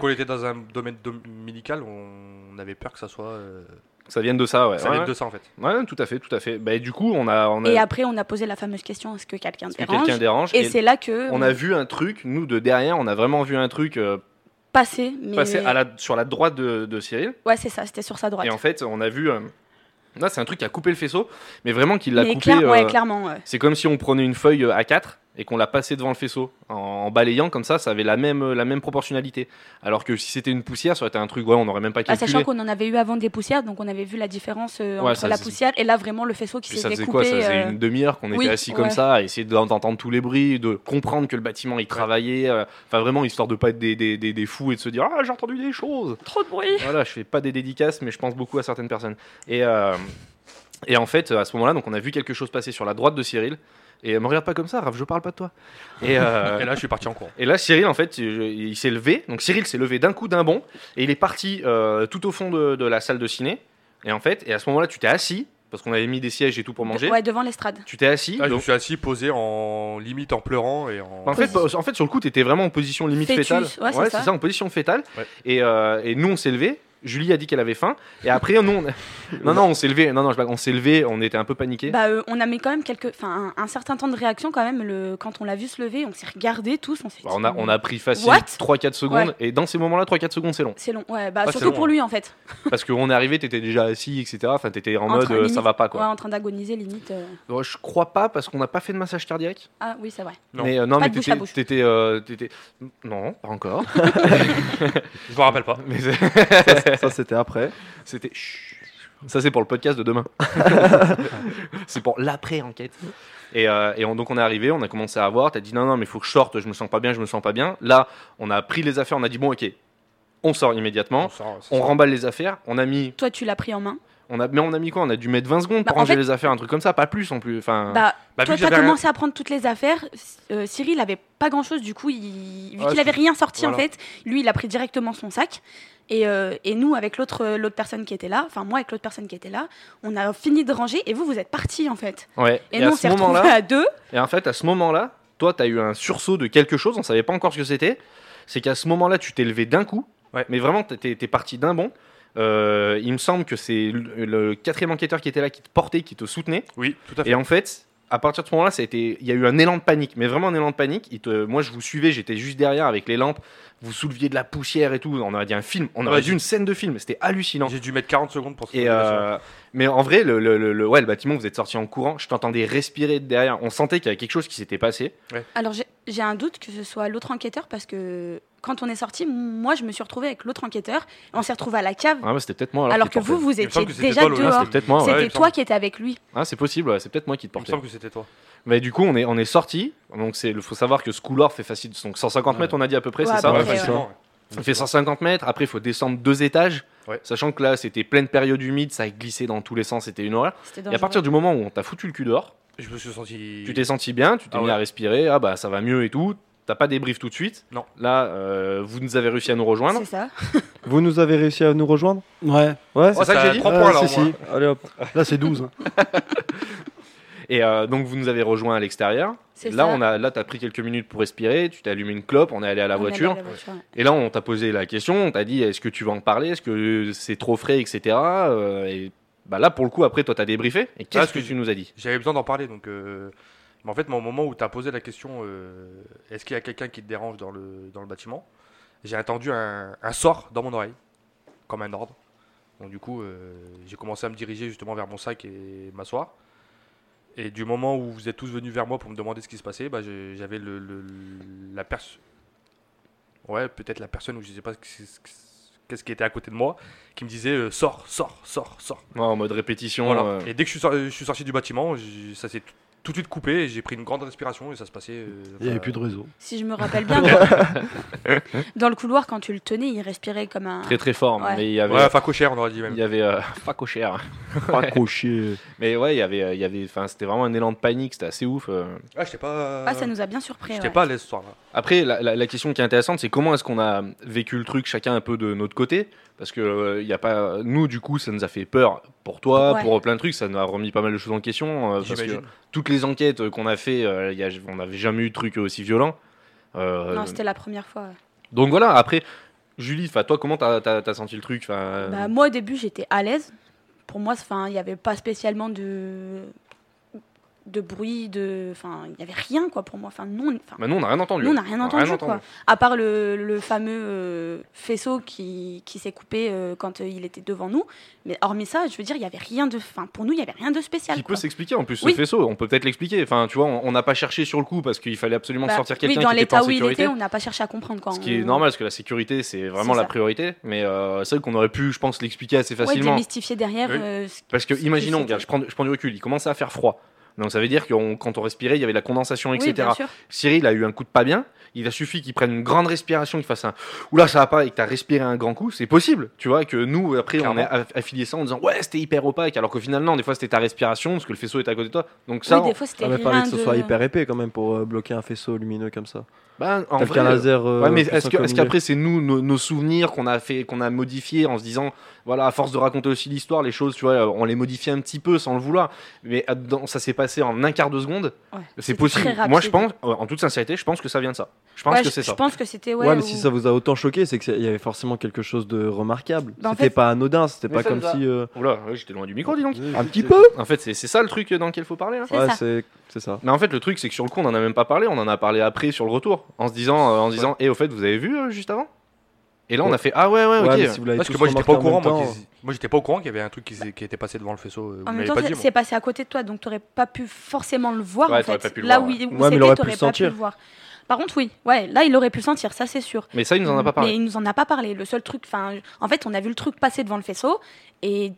Quand on était dans un domaine dominical, on avait peur que ça soit. euh,
Ça vient de ça, ouais.
Ça
Bah, ouais,
vient de ça en fait.
ouais. Ouais, tout à fait, tout à fait. Bah, et du coup, on a, on a
Et après, on a posé la fameuse question est-ce que quelqu'un
est-ce que
dérange
quelqu'un dérange.
Et,
Et
c'est là que
on a vu un truc, nous de derrière, on a vraiment vu un truc euh,
passé, mais
passer à la, sur la droite de, de Cyril.
ouais, c'est ça, c'était sur sa droite.
Et en fait, on a vu. euh, là, c'est un truc qui a coupé le faisceau, mais vraiment qu'il l'a
mais
coupé.
clair-
euh,
ouais, clairement, ouais.
C'est comme si on prenait une feuille euh, A4 et qu'on la passait devant le faisceau en, en balayant comme ça, ça avait la même, euh, la même proportionnalité. Alors que si c'était une poussière, ça aurait été un truc, ouais, on n'aurait même pas
Ah,
calculé.
sachant qu'on en avait eu avant des poussières, donc on avait vu la différence euh,
Ouais,
entre
ça,
la
c'est-
poussière et là vraiment le faisceau qui
Puis ça
s'était
faisait
coupé.
quoi Ça faisait
euh,
une demi-heure qu'on était
oui,
assis comme
ouais.
ça, à essayer d'en- d'entendre tous les bruits, de comprendre que le bâtiment il travaillait, euh, enfin vraiment histoire de pas être des, des, des, des fous et de se dire ah j'ai entendu des choses.
Trop de bruit.
Voilà, je fais pas des dédicaces, mais je pense beaucoup à certaines personnes. Et, euh, et en fait, à ce moment-là, donc on a vu quelque chose passer sur la droite de Cyril. Et euh, me regarde pas comme ça, Raph, je parle pas de toi. Et, euh,
Et là, je suis parti en courant.
Et là, Cyril, en fait, je- il s'est levé. Donc, Cyril s'est levé d'un coup, d'un bond, et il est parti euh, tout au fond de, de la salle de ciné. Et en fait, et à ce moment-là, tu t'es assis parce qu'on avait mis des sièges et tout pour manger.
Ouais, devant l'estrade.
Tu t'es assis.
Là, Ah, je me
donc-
suis assis, posé en limite en pleurant et en.
Ah, en fait, en fait, sur le coup, t'étais vraiment en position limite
Fœtus,
fétale.
ouais, c'est ça.
en position fétale.
Ouais.
Et, euh, et nous, on s'est levé. Julie a dit qu'elle avait faim. Et après, nous, on... non, non, on s'est levé. Non, non, je blague, on s'est levé. On était un peu paniqué.
Bah, euh, on a mis quand même quelques, enfin, un, un certain temps de réaction quand même. Le, quand on l'a vu se lever, on s'est regardés tous, on s'est dit,
Bah, on, a, on a pris facile
What
3-4 secondes. Et dans ces moments-là, 3-4 secondes, c'est long.
C'est long, ouais, bah
Ah, c'est
surtout
long,
pour
hein.
lui en fait.
Parce qu'on est arrivé, t'étais déjà assis, etc. Enfin, t'étais en,
En
mode
train,
euh, ça
limite.
va pas, quoi.
Ouais, en train d'agoniser limite. euh.
Ouais, je crois pas parce qu'on n'a pas fait de massage cardiaque.
Ah oui, c'est vrai.
Non.
Mais euh, non,
Pas
mais
de bouche
t'étais,
à bouche.
t'étais, euh, t'étais- non, pas encore.
Je me rappelle pas.
mais
Ça, ça, c'était après.
c'était. Chut. Ça c'est pour le podcast de demain. c'est pour l'après enquête. Et, euh, et on- donc on est arrivé, on a commencé à voir. T'as dit non non mais faut que je sorte, je me sens pas bien, je me sens pas bien. Là, on a pris les affaires, on a dit bon ok, on sort immédiatement.
sort, c'est
On
ça.
remballe les affaires, on a mis,
Toi, tu l'as pris en main.
on a, mais on a mis quoi On a dû mettre 20 secondes
Bah,
pour
en
ranger
fait-
les affaires, un truc comme ça, pas plus en plus. Enfin,
Bah,
Bah, vu
toi,
que
t'as
j'avais rien-
commencé à prendre toutes les affaires. Euh, Cyril avait pas grand chose, du coup, il... vu
Ouais,
qu'il avait rien sorti en
Ah, Voilà.
fait, lui, il a pris directement son sac. Et, euh, et nous, avec l'autre euh, l'autre personne qui était là, enfin moi avec l'autre personne qui était là, on a fini de ranger et vous, vous êtes partis en fait.
ouais.
Et,
Et
nous,
à
on
ce
s'est retrouvés
moment-là,
à deux.
Et en fait, à ce moment-là, toi, tu as eu un sursaut de quelque chose, on savait pas encore ce que c'était. C'est qu'à ce moment-là, tu t'es levé d'un coup,
Ouais.
mais vraiment, tu es, parti d'un bond. Euh, il me semble que c'est le, le quatrième enquêteur qui était là, qui te portait, qui te soutenait.
Oui, tout à fait.
Et en fait, à partir de ce moment-là, ça a été- il y a eu un élan de panique, mais vraiment un élan de panique. Il te- moi, je vous suivais, j'étais juste derrière avec les lampes. Vous souleviez de la poussière et tout. On aurait dit un film, on aurait
Ouais,
dit une scène de film. C'était hallucinant.
J'ai dû mettre 40 secondes pour. cette
Et
révélation.
euh, mais en vrai, le, le, le- le- ouais, le bâtiment, vous êtes sorti en courant. Je t'entendais respirer de derrière. On sentait qu'il y avait quelque chose qui s'était passé.
Alors j'ai- j'ai un doute que ce soit l'autre enquêteur parce que quand on est sorti, moi, je me suis retrouvée avec l'autre enquêteur. et on s'est retrouvés à la cave
Ah ouais, c'était peut-être moi. Alors,
alors
qui
que
portais.
vous, vous
Il me
étiez
semble que c'était
déjà
toi, Lola,
dehors.
C'est peut-être moi. Ah, ouais.
il
C'était
me
toi
semble.
qui étais avec lui.
Ah, c'est possible. ouais, C'est peut-être moi qui te
Il me
portais.
semble que c'était toi.
Mais du coup, on est on est sorti. Donc c'est le faut savoir que ce couloir fait facile donc 150 mètres. On a dit à peu près,
Ouais,
c'est
à
ça.
peu
Ouais,
près,
facilement, ouais.
Il fait 150 mètres. Après, il faut descendre deux étages.
Ouais.
Sachant que là, c'était pleine période humide, ça glissait dans tous les sens, c'était une horreur. Et
C'était
à
dangereux.
partir du moment où on t'a foutu le cul dehors,
Je me suis senti.
tu t'es senti bien, tu t'es
Ah
mis
ouais.
à respirer, ah bah ça va mieux et tout. T'as pas débrief tout de suite.
Non.
Là, euh, vous nous avez réussi à nous rejoindre.
C'est ça.
Vous nous avez réussi à nous rejoindre
Ouais,
Ouais Ah,
Oh, ça que j'ai dit.
Trois points, là,
si,
au moins.
si. Allez hop.
là c'est 12. hein.
Et euh, donc vous nous avez rejoint à l'extérieur.
C'est
Là,
ça.
on a, là, t'as pris quelques minutes pour respirer, tu t'es allumé une clope, on est allé à la
On est allé
voiture.
à la voiture, ouais.
Et là, on t'a posé la question, on t'a dit est-ce que tu vas en parler, est-ce que c'est trop frais, etc. Euh, et bah là, pour le coup, après, toi, t'as débriefé. Et qu'est-ce
ce
que
que
tu nous as dit
J'avais besoin d'en parler, donc. euh, Mais en fait, moi, au moment où tu as posé la question, euh, est-ce qu'il y a quelqu'un qui te dérange dans le, dans le bâtiment J'ai attendu un, un sort dans mon oreille, comme un ordre. Donc, du coup, euh, j'ai commencé à me diriger justement vers mon sac et m'asseoir. Et du moment où vous êtes tous venus vers moi pour me demander ce qui se passait, bah, j'ai- j'avais le, le- la personne. Ouais, peut-être la personne, ou je sais pas qu'est-ce qu'est-ce qui était à côté de moi, qui me disait euh, sors, sors, sors, sors.
Ouais, En mode répétition.
Voilà.
euh,
Et dès que je suis, sorti, je suis sorti du bâtiment, j'ai- ça s'est tout- tout de suite coupé et j'ai pris une grande respiration et ça se passait. euh,
Il n'y avait
enfin,
plus de réseau.
Si je me rappelle bien, dans, dans le couloir, quand tu le tenais, il respirait comme un.
Très très fort,
Ouais.
mais il y avait.
Ouais, enfin cochère, on aurait dit
il
même.
y avait euh, pas cochère.
Pas coché.
Mais ouais, il y avait, euh, il y avait, enfin, c'était vraiment un élan de panique, c'était assez ouf. euh.
Ah, j'étais pas.
Ah, ça nous a bien surpris.
J'étais
ouais.
pas à l'aise ce soir-là.
Après, la, la- la question qui est intéressante, c'est comment est-ce qu'on a vécu le truc chacun un peu de notre côté Parce que euh, il y a pas, nous du coup, ça nous a fait peur pour toi,
Ouais.
pour plein de trucs, ça nous a remis pas mal de choses en question. euh, parce que
J'imagine.
toutes les enquêtes euh, qu'on a fait, euh, il y a- on n'avait jamais eu de truc aussi violent. Euh,
Non, c'était la première fois.
donc voilà. Après, Julie, enfin, toi, comment t'as as, senti le truc Enfin, euh,
Bah, moi, au début, j'étais à l'aise. Pour moi, enfin, il n'y avait pas spécialement de de bruit, de, enfin, il n'y avait rien quoi pour moi. Enfin, non, enfin,
bah, nous, on n'a rien entendu.
nous, on n'a rien entendu quoi. À part le, le fameux euh, faisceau qui, qui s'est coupé euh, quand euh, il était devant nous. Mais hormis ça, je veux dire, il n'y avait rien de, enfin, pour nous, il n'y avait rien de spécial.
Qui peut
quoi.
s'expliquer en plus
Oui.
ce faisceau On peut peut-être l'expliquer. Enfin, tu vois, on on n'a pas cherché sur le coup parce qu'il fallait absolument
Bah,
sortir
oui,
quelqu'un
dans
qui était pas
l'état
en
où il
sécurité.
était, on n'a pas cherché à comprendre quoi.
Ce qui est
On-
normal, parce que la sécurité, c'est vraiment
C'est
la
ça.
priorité. Mais euh, c'est vrai qu'on aurait pu, je pense, l'expliquer assez
Ouais,
facilement.
démystifier derrière.
Oui.
euh, ce-
parce que,
c'est-
imaginons,
c'est-
regarde, je prends, je prends du recul, il commençait à faire froid. Donc ça veut dire que on- quand on respirait, il y avait de la condensation,
oui,
etc.
bien sûr.
Cyril a eu un coup de pas bien. Il a suffi qu'il prenne une grande respiration, qu'il fasse un oula, ça va pas, et que t'as respiré un grand coup. C'est possible, tu vois, que nous, après, on
Clairement.
est aff- affilié ça en disant ouais, c'était hyper opaque, alors que finalement, des fois, c'était ta respiration, parce que le faisceau était à côté de toi. Donc ça,
oui, des
on-
fois, c'était
Ça m'a
rien
fallu Ah, que ce
de-
soit hyper épais quand même pour euh, bloquer un faisceau lumineux comme ça.
ben, en
Tel
vrai,
qu'un laser. euh,
Ouais, mais
plus
est-ce que- est-ce
incommodé.
qu'après c'est nous nos, nos souvenirs qu'on a fait qu'on a modifié en se disant voilà à force de raconter aussi l'histoire les choses tu vois on les modifie un petit peu sans le vouloir mais à- dans- ça s'est passé en un quart de seconde
Ouais,
c'est
c'était
possible
très rapide.
moi je pense euh, en toute sincérité je pense que ça vient de ça je pense
Ouais,
que c'est
Je
ça
pense que c'était.
Ouais,
Ouais,
mais
ou-
si ça vous a autant choqué, c'est qu'il y avait forcément quelque chose de remarquable.
Bah, en
C'était
fait-
pas anodin, c'était
Mais
pas
ça
comme
nous a-
si. euh,
Oula, ouais, j'étais loin du micro dis donc
Un petit peu
en fait c'est c'est ça le truc dans lequel faut parler là
C'est
Ouais,
ça.
c'est c'est ça.
mais en fait le truc c'est que sur le coup on en a même pas parlé on en a parlé après sur le retour en se disant euh, en se disant et au fait vous avez vu euh, juste avant et là on a fait ah ouais ouais,
Ouais,
ok
mais si vous l'avez
Parce que
tous
moi j'étais
remarqué
pas au
en
courant,
même
moi,
temps,
qu'ils- moi j'étais pas au courant qu'il y avait un truc qui, s'est- qui était passé devant le faisceau. euh, Vous
En
m'avez
même temps,
pas
c'est-
dit. moi.
c'est passé à côté de toi, donc t'aurais pas pu forcément le voir.
Ouais,
en
t'aurais
fait.
pas pu le
là
voir,
où
ouais.
il où
Ouais, mais il
c'était,
aurait pu
t'aurais
le
pas pu
sentir.
le voir. Par contre, oui, ouais, là, il aurait pu le sentir, ça c'est sûr.
mais ça il nous en a pas parlé
Mais il nous en a pas parlé. Le seul truc, enfin, en fait, on a vu le truc passer devant le faisceau et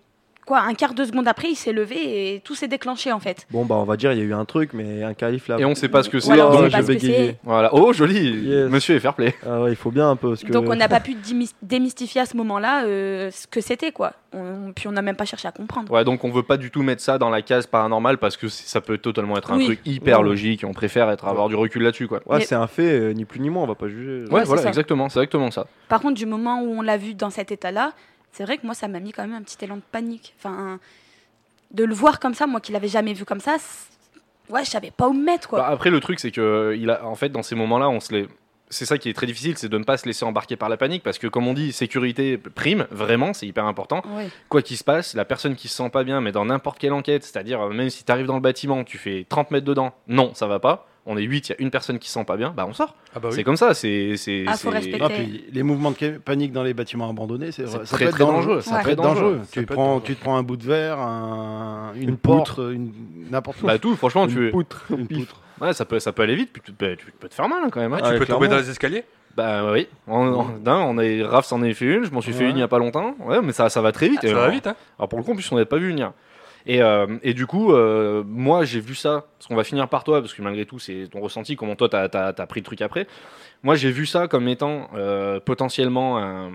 quoi, un quart de seconde après, il s'est levé et tout s'est déclenché en fait.
Bon, bah, on va dire, il y a eu un truc, mais un calife là.
et on sait pas ce que c'est
Voilà, on
donc
sait
Oh,
pas
j'ai
ce que c'est.
bégayé.
voilà oh joli
Yes.
monsieur est fair play
Ah ouais, il faut bien un peu. Parce que...
Donc on n'a pas pu démys- démystifier à ce moment-là euh, ce que c'était quoi. On- puis on n'a même pas cherché à comprendre.
Ouais, donc on veut pas du tout mettre ça dans la case paranormale parce que c'est- ça peut totalement être un
Oui.
truc hyper
Ouais.
logique et on préfère être avoir du recul là-dessus quoi.
Ouais,
Mais-
c'est un fait, euh, ni plus ni moins, on va pas juger.
Ouais,
c'est
voilà,
ça.
exactement, c'est exactement ça.
Par contre, du moment où on l'a vu dans cet état-là, c'est vrai que moi, ça m'a mis quand même un petit élan de panique. Enfin, de le voir comme ça, moi qui l'avais jamais vu comme ça, c'est- ouais, je savais pas où me mettre quoi.
Bah, après le truc c'est que euh, il a en fait dans ces moments-là, on se les c'est ça qui est très difficile, c'est de ne pas se laisser embarquer par la panique parce que comme on dit, sécurité prime, vraiment, c'est hyper important.
Ouais.
Quoi qu'il se passe, la personne qui se sent pas bien mais dans n'importe quelle enquête, c'est-à-dire euh, même si tu arrives dans le bâtiment, tu fais 30 mètres dedans, non, ça va pas. On est 8, il y a une personne qui se sent pas bien, bah on sort.
Ah bah
C'est
oui.
comme ça, c'est c'est
Ah, faut
c'est-
respecter.
Ah, puis les mouvements de ca- panique dans les bâtiments abandonnés, c'est
C'est
ça
très
peut être
très dangereux, c'est
Ouais.
très
Très dangereux.
dangereux.
Ça peut
Tu,
être
prends,
dangereux.
tu te prends un bout de verre, un- une,
Une
porte, une- n'importe quoi.
Bah tout, franchement, tu
Une poutre.
une poutre.
Ouais, ça peut, ça peut aller vite, puis tu peux, tu peux te faire mal hein, quand même. hein.
Ah,
Ouais,
tu peux tomber
clairement.
dans les escaliers
Bah oui, on, on, dingue, on est, Raph s'en est fait une, je m'en suis fait
Ouais.
une il y a pas longtemps. Ouais, mais ça, ça va très vite.
Ça
Et
va
alors-
vite, hein
Alors pour le coup, en plus, on n'avait pas vu venir. Et, euh, et du coup, euh, moi j'ai vu ça, parce qu'on va finir par toi, parce que malgré tout, c'est ton ressenti, comment toi t'as as, pris le truc après. Moi j'ai vu ça comme étant euh, potentiellement un,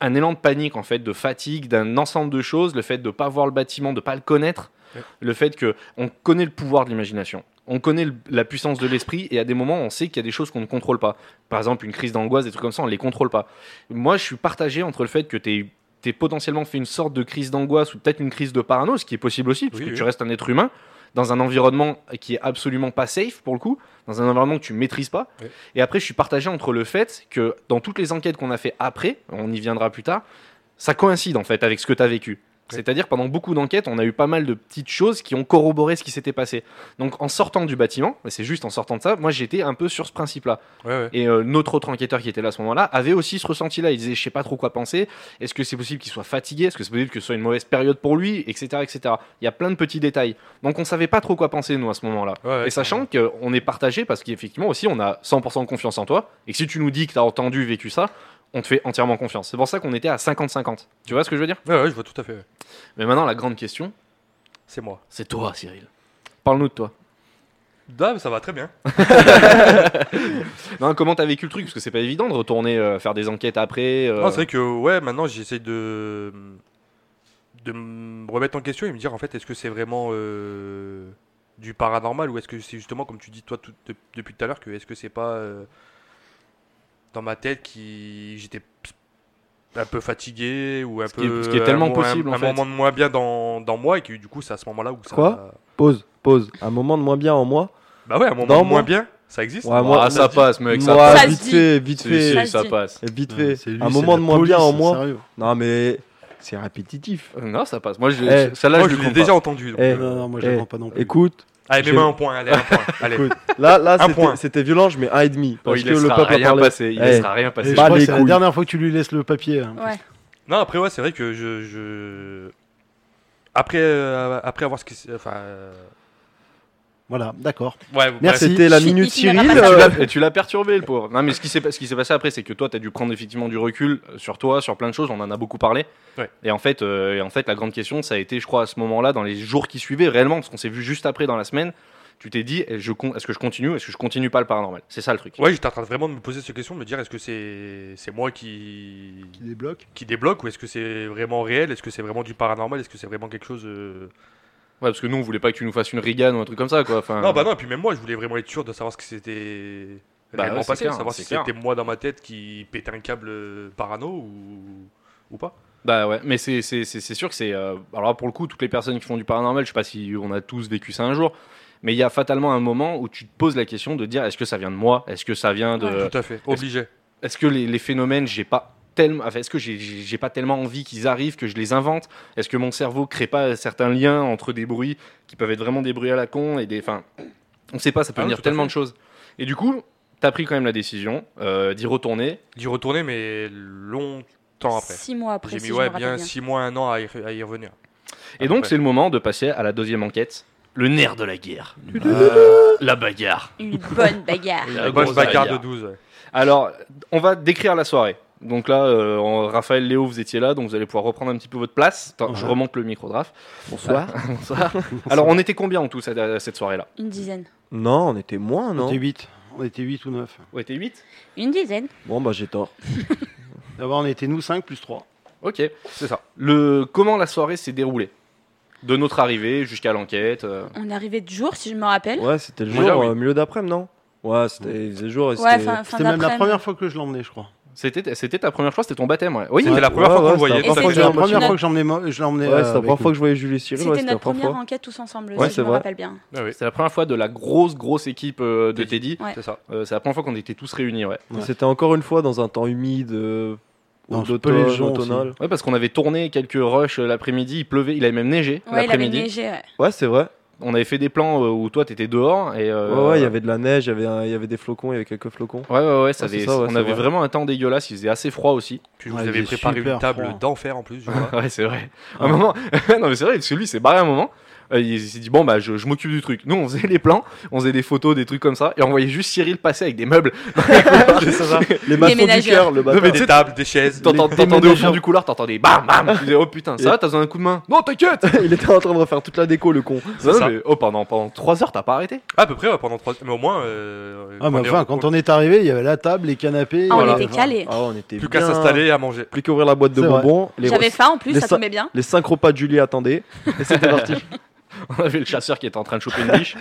un élan de panique, en fait, de fatigue, d'un ensemble de choses, le fait de pas voir le bâtiment, de pas le connaître,
Ouais.
le fait que on connaît le pouvoir de l'imagination. On connaît le- la puissance de l'esprit et à des moments on sait qu'il y a des choses qu'on ne contrôle pas. Par exemple une crise d'angoisse, des trucs comme ça, on ne les contrôle pas. Moi je suis partagé entre le fait que tu es t'es potentiellement fait une sorte de crise d'angoisse ou peut-être une crise de parano, ce qui est possible aussi, parce
Oui,
que
oui.
tu restes un être humain dans un environnement qui est absolument pas safe pour le coup, dans un environnement que tu maîtrises pas.
Oui.
Et après, je suis partagé entre le fait que dans toutes les enquêtes qu'on a fait après, on y viendra plus tard, ça coïncide en fait avec ce que tu as vécu.
Oui.
C'est-à-dire pendant beaucoup d'enquêtes, on a eu pas mal de petites choses qui ont corroboré ce qui s'était passé. Donc en sortant du bâtiment, et c'est juste en sortant de ça, moi j'étais un peu sur ce principe-là.
Ouais, ouais.
Et euh, notre autre enquêteur qui était là à ce moment-là avait aussi ce ressenti-là. Il disait, je sais pas trop quoi penser. Est-ce que c'est possible qu'il soit fatigué Est-ce que c'est possible que ce soit une mauvaise période pour lui Etc. Etc. Il y a plein de petits détails. Donc on savait pas trop quoi penser nous à ce moment-là.
Ouais, ouais,
Et sachant qu'on est partagé parce qu'effectivement aussi on a 100% confiance en toi et que si tu nous dis que tu as entendu, vécu ça, on te fait entièrement confiance. C'est pour ça qu'on était à 50-50. Tu vois ce que je veux dire
Ouais, ouais, je vois tout à fait. ouais.
Mais maintenant la grande question,
C'est moi.
c'est toi Cyril. Parle-nous de toi.
Ah, mais ça va très bien.
Non, comment t'as vécu le truc Parce que c'est pas évident de retourner euh, faire des enquêtes après. euh,
Non, c'est vrai que ouais, maintenant j'essaie de de me remettre en question et me dire en fait est-ce que c'est vraiment euh, du paranormal ou est-ce que c'est justement comme tu dis toi tout- de- depuis tout à l'heure que est-ce que c'est pas euh, dans ma tête qui j'étais un peu fatigué ou un
Ce
peu
qui est- ce qui est
un
tellement
mo- un-
possible, en
un
fait.
moment de moins bien dans, dans moi et que du coup c'est à ce moment-là où ça
Quoi Pause, pause. Un moment de moins bien en moi.
bah ouais un moment
Dans
de moins
moi
bien ça existe
Ouais,
Ah,
moi,
ça passe, mec, ça
moi,
passe.
Ça
vite
se dit.
fait, vite fait,
Si,
Ça
si,
se
ça
dit.
passe.
vite
Ouais,
fait.
c'est lui,
un
c'est
moment
la
de moins bien en
police,
moi.
sérieux.
Non mais c'est répétitif.
Euh, Non, ça passe. Moi, je-
Eh,
celle-là,
moi
je
je
le
l'ai
compte
déjà
pas.
entendu donc,
Eh,
euh,
Non, non, moi, je
Eh,
la prends pas non plus.
Écoute,
allez
j'ai-
mets-moi un point allez un point allez
écoute. Là, là,
Un
c'était-
point.
c'était violent. Je mets un et demi
Oh,
parce
il
que le
laissera
peuple a
rien
parlé.
passer. Il
Eh.
laissera rien
Et je
passer.
Bah,
crois que
les
c'est la
couilles.
dernière fois que tu lui laisses le papier. hein.
Ouais.
Non, après, ouais, c'est vrai que je. je- Après, euh, après avoir ce qui. s- Enfin. euh,
Voilà, d'accord.
Ouais, bref.
Merci.
C'était la
Je suis
minute
itinéraire
Cyril.
Et tu
euh,
l'as- Et tu l'as perturbé, le pauvre. Non, mais ce qui s'est pas- ce qui s'est passé après, c'est que toi, t'as dû prendre effectivement du recul euh, sur toi, sur plein de choses. On en a beaucoup parlé.
Ouais.
Et en fait, euh, et en fait, la grande question, ça a été, je crois, à ce moment-là, dans les jours qui suivaient, réellement, parce qu'on s'est vu juste après dans la semaine. Tu t'es dit, eh, je con- est-ce que je continue, est-ce que je continue pas le paranormal C'est ça le truc.
Ouais, j'étais en train de vraiment de me poser cette question, de me dire est-ce que c'est c'est moi qui
Qui débloque
qui débloque ou est-ce que c'est vraiment réel, est-ce que c'est vraiment du paranormal, est-ce que c'est vraiment quelque chose. euh,
Ouais, parce que nous, on voulait pas que tu nous fasses une Reagan ou un truc comme ça, quoi. Enfin,
Non, bah non, et puis même moi, je voulais vraiment être sûr de savoir ce qui s'était
Bah
réellement
ouais, c'est
passé,
clair,
savoir
c'est
si
clair.
c'était moi dans ma tête qui pétait un câble euh, parano ou ou pas.
Bah ouais, mais c'est c'est- c'est- c'est sûr que c'est. euh, alors là, pour le coup, toutes les personnes qui font du paranormal, je sais pas si on a tous vécu ça un jour, mais il y a fatalement un moment où tu te poses la question de dire est-ce que ça vient de moi Est-ce que ça vient de.
Tout à fait, obligé.
Euh, Est-ce que les, les phénomènes, j'ai pas tellement. Enfin, est-ce que j'ai- j'ai j'ai pas tellement envie qu'ils arrivent que je les invente Est-ce que mon cerveau crée pas certains liens entre des bruits qui peuvent être vraiment des bruits à la con et des. Enfin, on sait pas, ça peut
Ah oui,
venir
tout à
tellement
fait.
de choses. Et du coup, t'as pris quand même la décision euh, d'y retourner.
D'y retourner, mais longtemps après.
Six mois après.
J'ai
si
mis
je
ouais,
me rappelle
bien 6 mois, 1 an à y, à y revenir.
Et
À
donc,
peu
c'est le moment de passer à la deuxième enquête. Le nerf de la guerre. La bagarre.
Une bonne bagarre.
La
La
grosse
bonne bagarre de
bagarre.
12. ouais.
Alors, on va décrire la soirée. Donc là, euh, en- Raphaël, Léo, vous étiez là, donc vous allez pouvoir reprendre un petit peu votre place. Attends, Je
Ouais.
remonte le micro de Raph.
Bonsoir.
Bonsoir. Alors, on était combien en tout cette, euh, cette soirée-là
Une dizaine.
Non, on était moins,
On
non
était 8. On était 8 ou 9.
On était 8
Une dizaine.
Bon, bah j'ai tort.
D'abord, on était nous 5 plus 3.
Ok.
C'est ça.
Le, comment la soirée s'est déroulée De notre arrivée jusqu'à l'enquête euh,
On arrivait de jour, si je me rappelle.
Ouais, c'était le jour,
Déjà, oui.
euh, milieu d'après-midi, non Ouais, c'était il faisait jour et
Ouais,
c'était-
fin, fin
C'était même la
d'après-midi.
première fois que je l'emmenais, je crois.
C'était c'était ta première fois, c'était ton baptême, ouais. Oui,
C'était la première
ouais,
fois qu'on
ouais,
le voyait.
c'était
la
tout à
première
C'était
fait.
la
notre-
première fois que je l'emmenais. Je l'emmenais euh,
Ouais, c'était la
avec
première
nous.
fois que je voyais Julie Cyril. ouais,
C'était
c'était la
notre
première
première
fois.
enquête tous ensemble,
Ouais,
si
c'est
je me
vrai.
rappelle bien.
Ah oui,
c'est la première fois de la grosse, grosse équipe euh, de
De Teddy.
Teddy.
Ouais.
C'est ça.
Euh, c'est la première fois qu'on était tous réunis, ouais.
Ouais.
C'était encore une fois dans un temps humide, euh,
Dans
d'automne,
peu les gens
automnal.
Ouais, parce qu'on avait tourné quelques rushs euh, l'après-midi, il pleuvait, il avait même neigé
Ouais, il avait
l'après-midi.
neigé. ouais.
Ouais, c'est vrai.
On avait fait des plans euh, où toi t'étais dehors et euh,
Ouais, ouais, il y avait de la neige, il y avait un- il y avait des flocons, il y avait quelques flocons.
Ouais, ouais, ouais, ça
Ouais, c'est
avait-
ça, ouais,
on
c'est
avait
vrai.
vraiment un temps dégueulasse, il faisait assez froid aussi.
Puis je vous
Ouais,
avais
il faisait
préparé une
super
table
froid.
d'enfer en plus. je vois.
Ouais, c'est vrai.
Ah.
Un moment, non mais c'est vrai, parce que lui il s'est barré un moment, euh, il s'est dit bon bah je, je m'occupe du truc. Nous on faisait les plans, on faisait des photos, des trucs comme ça, et on voyait juste Cyril passer avec des meubles.
C'est ça.
Les maçons du
ménageurs.
cœur, le
Non, mais
bâtard.
tu sais,
Des tables, des chaises.
t'entends-
Les
T'entendais au fond
déménageurs.
du couloir, t'entendais bam bam. Tu disais oh putain ça,
Et-
va, t'as besoin d'un coup de main. Non t'inquiète.
Il était en train de refaire toute la déco, le con.
Non,
ça.
mais- oh pendant pendant trois heures t'as pas arrêté.
Ah, à peu près ouais, pendant 3 Mais au moins. euh,
Ah, mais
est-
enfin, quand on est arrivé, il y avait la table, les canapés.
Ah, on
voilà.
était calés.
Ah, on était
Plus qu'à
bien-
s'installer et à manger.
Plus qu'à ouvrir la boîte de
C'est vrai.
bonbons. Les,
J'avais faim en plus,
les
ça
so-
tombait bien.
les cinq repas de Julie attendaient. Et c'était parti.
On avait le chasseur qui était en train de choper une biche.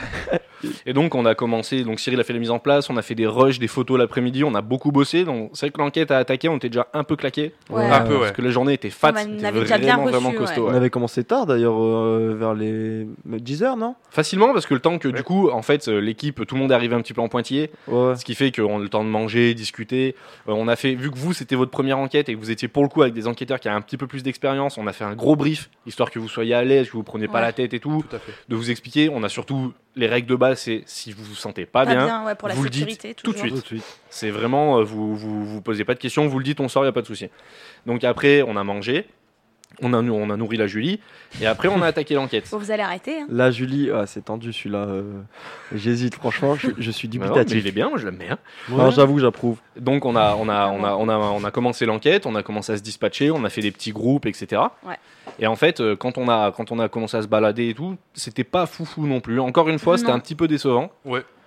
Et donc on a commencé, donc Cyril a fait les mises en place, on a fait des rushs, des photos l'après-midi, on a beaucoup bossé. Donc c'est vrai que l'enquête a attaqué, on était déjà un peu claqué.
Ouais.
Un peu,
Parce
ouais.
que la journée était fat,
On
c'était
avait
vraiment,
déjà bien reçu,
vraiment costaud.
On
ouais.
avait commencé tard d'ailleurs, euh, vers les 10h, non
Facilement parce que le temps que
Ouais.
du coup, en fait, euh, l'équipe, tout le monde est arrivé un petit peu en pointillé,
Ouais, ouais.
ce qui fait qu'on a eu le temps de manger, discuter. Euh, on a fait, vu que vous c'était votre première enquête et que vous étiez pour le coup avec des enquêteurs qui avaient un petit peu plus d'expérience, on a fait un gros brief histoire que vous soyez à l'aise, que vous preniez pas
Ouais.
la tête et tout,
Tout à fait.
de vous expliquer. On a surtout les règles de base, c'est si vous vous sentez pas
Pas
Ah, bien.
bien, ouais, pour la
vous le dites
sécurité.
tout de
toujours.
suite.
Tout de suite.
C'est vraiment, euh, vous, vous vous posez pas de questions, vous le dites, on sort, il a pas de souci. Donc après, on a mangé. on a, nou- on a nourri la Julie, et après on a attaqué l'enquête.
Bon, vous allez arrêter. hein.
Là, Julie, ah, c'est tendu celui-là. euh, J'hésite, franchement, je, je suis
Bah
Non, Bah mais il
dubitatif.
est bien, moi je l'aime bien.
Non, j'avoue, j'approuve.
Donc on a, on a, on a, on a, on a commencé l'enquête, on a commencé à se dispatcher, on a fait des petits groupes, etc.
Ouais.
Et en fait, euh, quand on a, quand on a commencé à se balader et tout, c'était pas foufou non plus. Encore une fois, c'était
Non.
un petit peu décevant.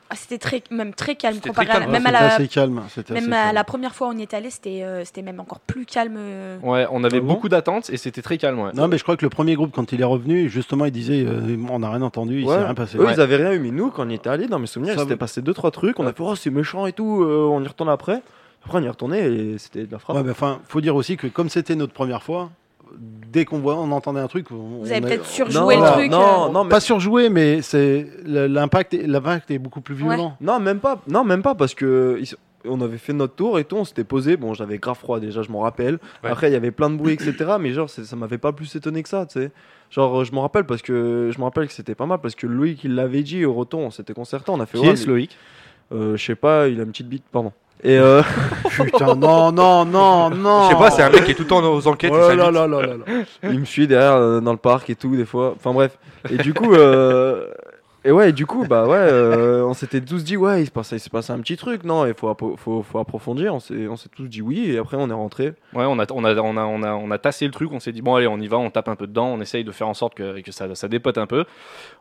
Ah, c'était très, même très calme
C'était
comparé
très
à la-
calme.
même à
c'était
la
assez calme. c'était assez
même à
calme.
la première fois où on y est allé, c'était euh, c'était même encore plus calme. euh.
Ouais, on avait
Ah bon
beaucoup d'attentes et c'était très calme. ouais.
Non, mais je crois que le premier groupe, quand il est revenu, justement, il disait euh, on n'a rien entendu, il
Ouais.
s'est rien passé.
Eux, ils avaient rien eu, mais nous, quand on y était allés, dans mes souvenirs, il
Ça
s'était
va.
passé deux trois trucs. On a fait, oh, c'est méchant et tout, euh, on y retourne après. Après, on y retournait et c'était de la frappe.
Ouais, mais enfin, faut dire aussi que comme c'était notre première fois, dès qu'on voit, on entendait un truc. on-
Vous
on
avez
a-
peut-être
non,
surjoué le truc.
non,
euh.
non, mais-
Pas surjoué, mais c'est le- l'impact. est- L'impact est beaucoup plus
Ouais.
violent.
Non, même pas. Non, même pas parce que ils- on avait fait notre tour et tout, on s'était posé. Bon, j'avais grave froid déjà, je m'en rappelle.
Ouais.
Après, il y avait plein de bruit, etc. Mais genre, c'est- ça m'avait pas plus étonné que ça, tu sais. Genre, euh, je m'en rappelle parce que je me rappelle que c'était pas mal parce que Loïc il l'avait dit au retour, on s'était concerté, on a fait.
Qui
ouais,
est ce
mais-
Loïc
Euh, Je sais pas, il a une petite bite, pardon. Et euh,
Putain, non, non, non, non.
Je sais pas, c'est un mec qui est tout le temps aux enquêtes.
Oh
il
là
s'habille.
là là là là.
il me suit derrière euh, dans le parc et tout des fois. Enfin bref. Et du coup, euh, et ouais, et du coup, bah ouais, euh, on s'était tous dit ouais, il se passait, il se passait un petit truc, non Il faut, appro- faut, faut approfondir. On s'est, on s'est tous dit oui et après on est rentré.
Ouais, on a, on, a, on, a, on, a, on a tassé le truc, on s'est dit bon allez on y va, on tape un peu dedans, on essaye de faire en sorte que, que ça, ça dépote un peu.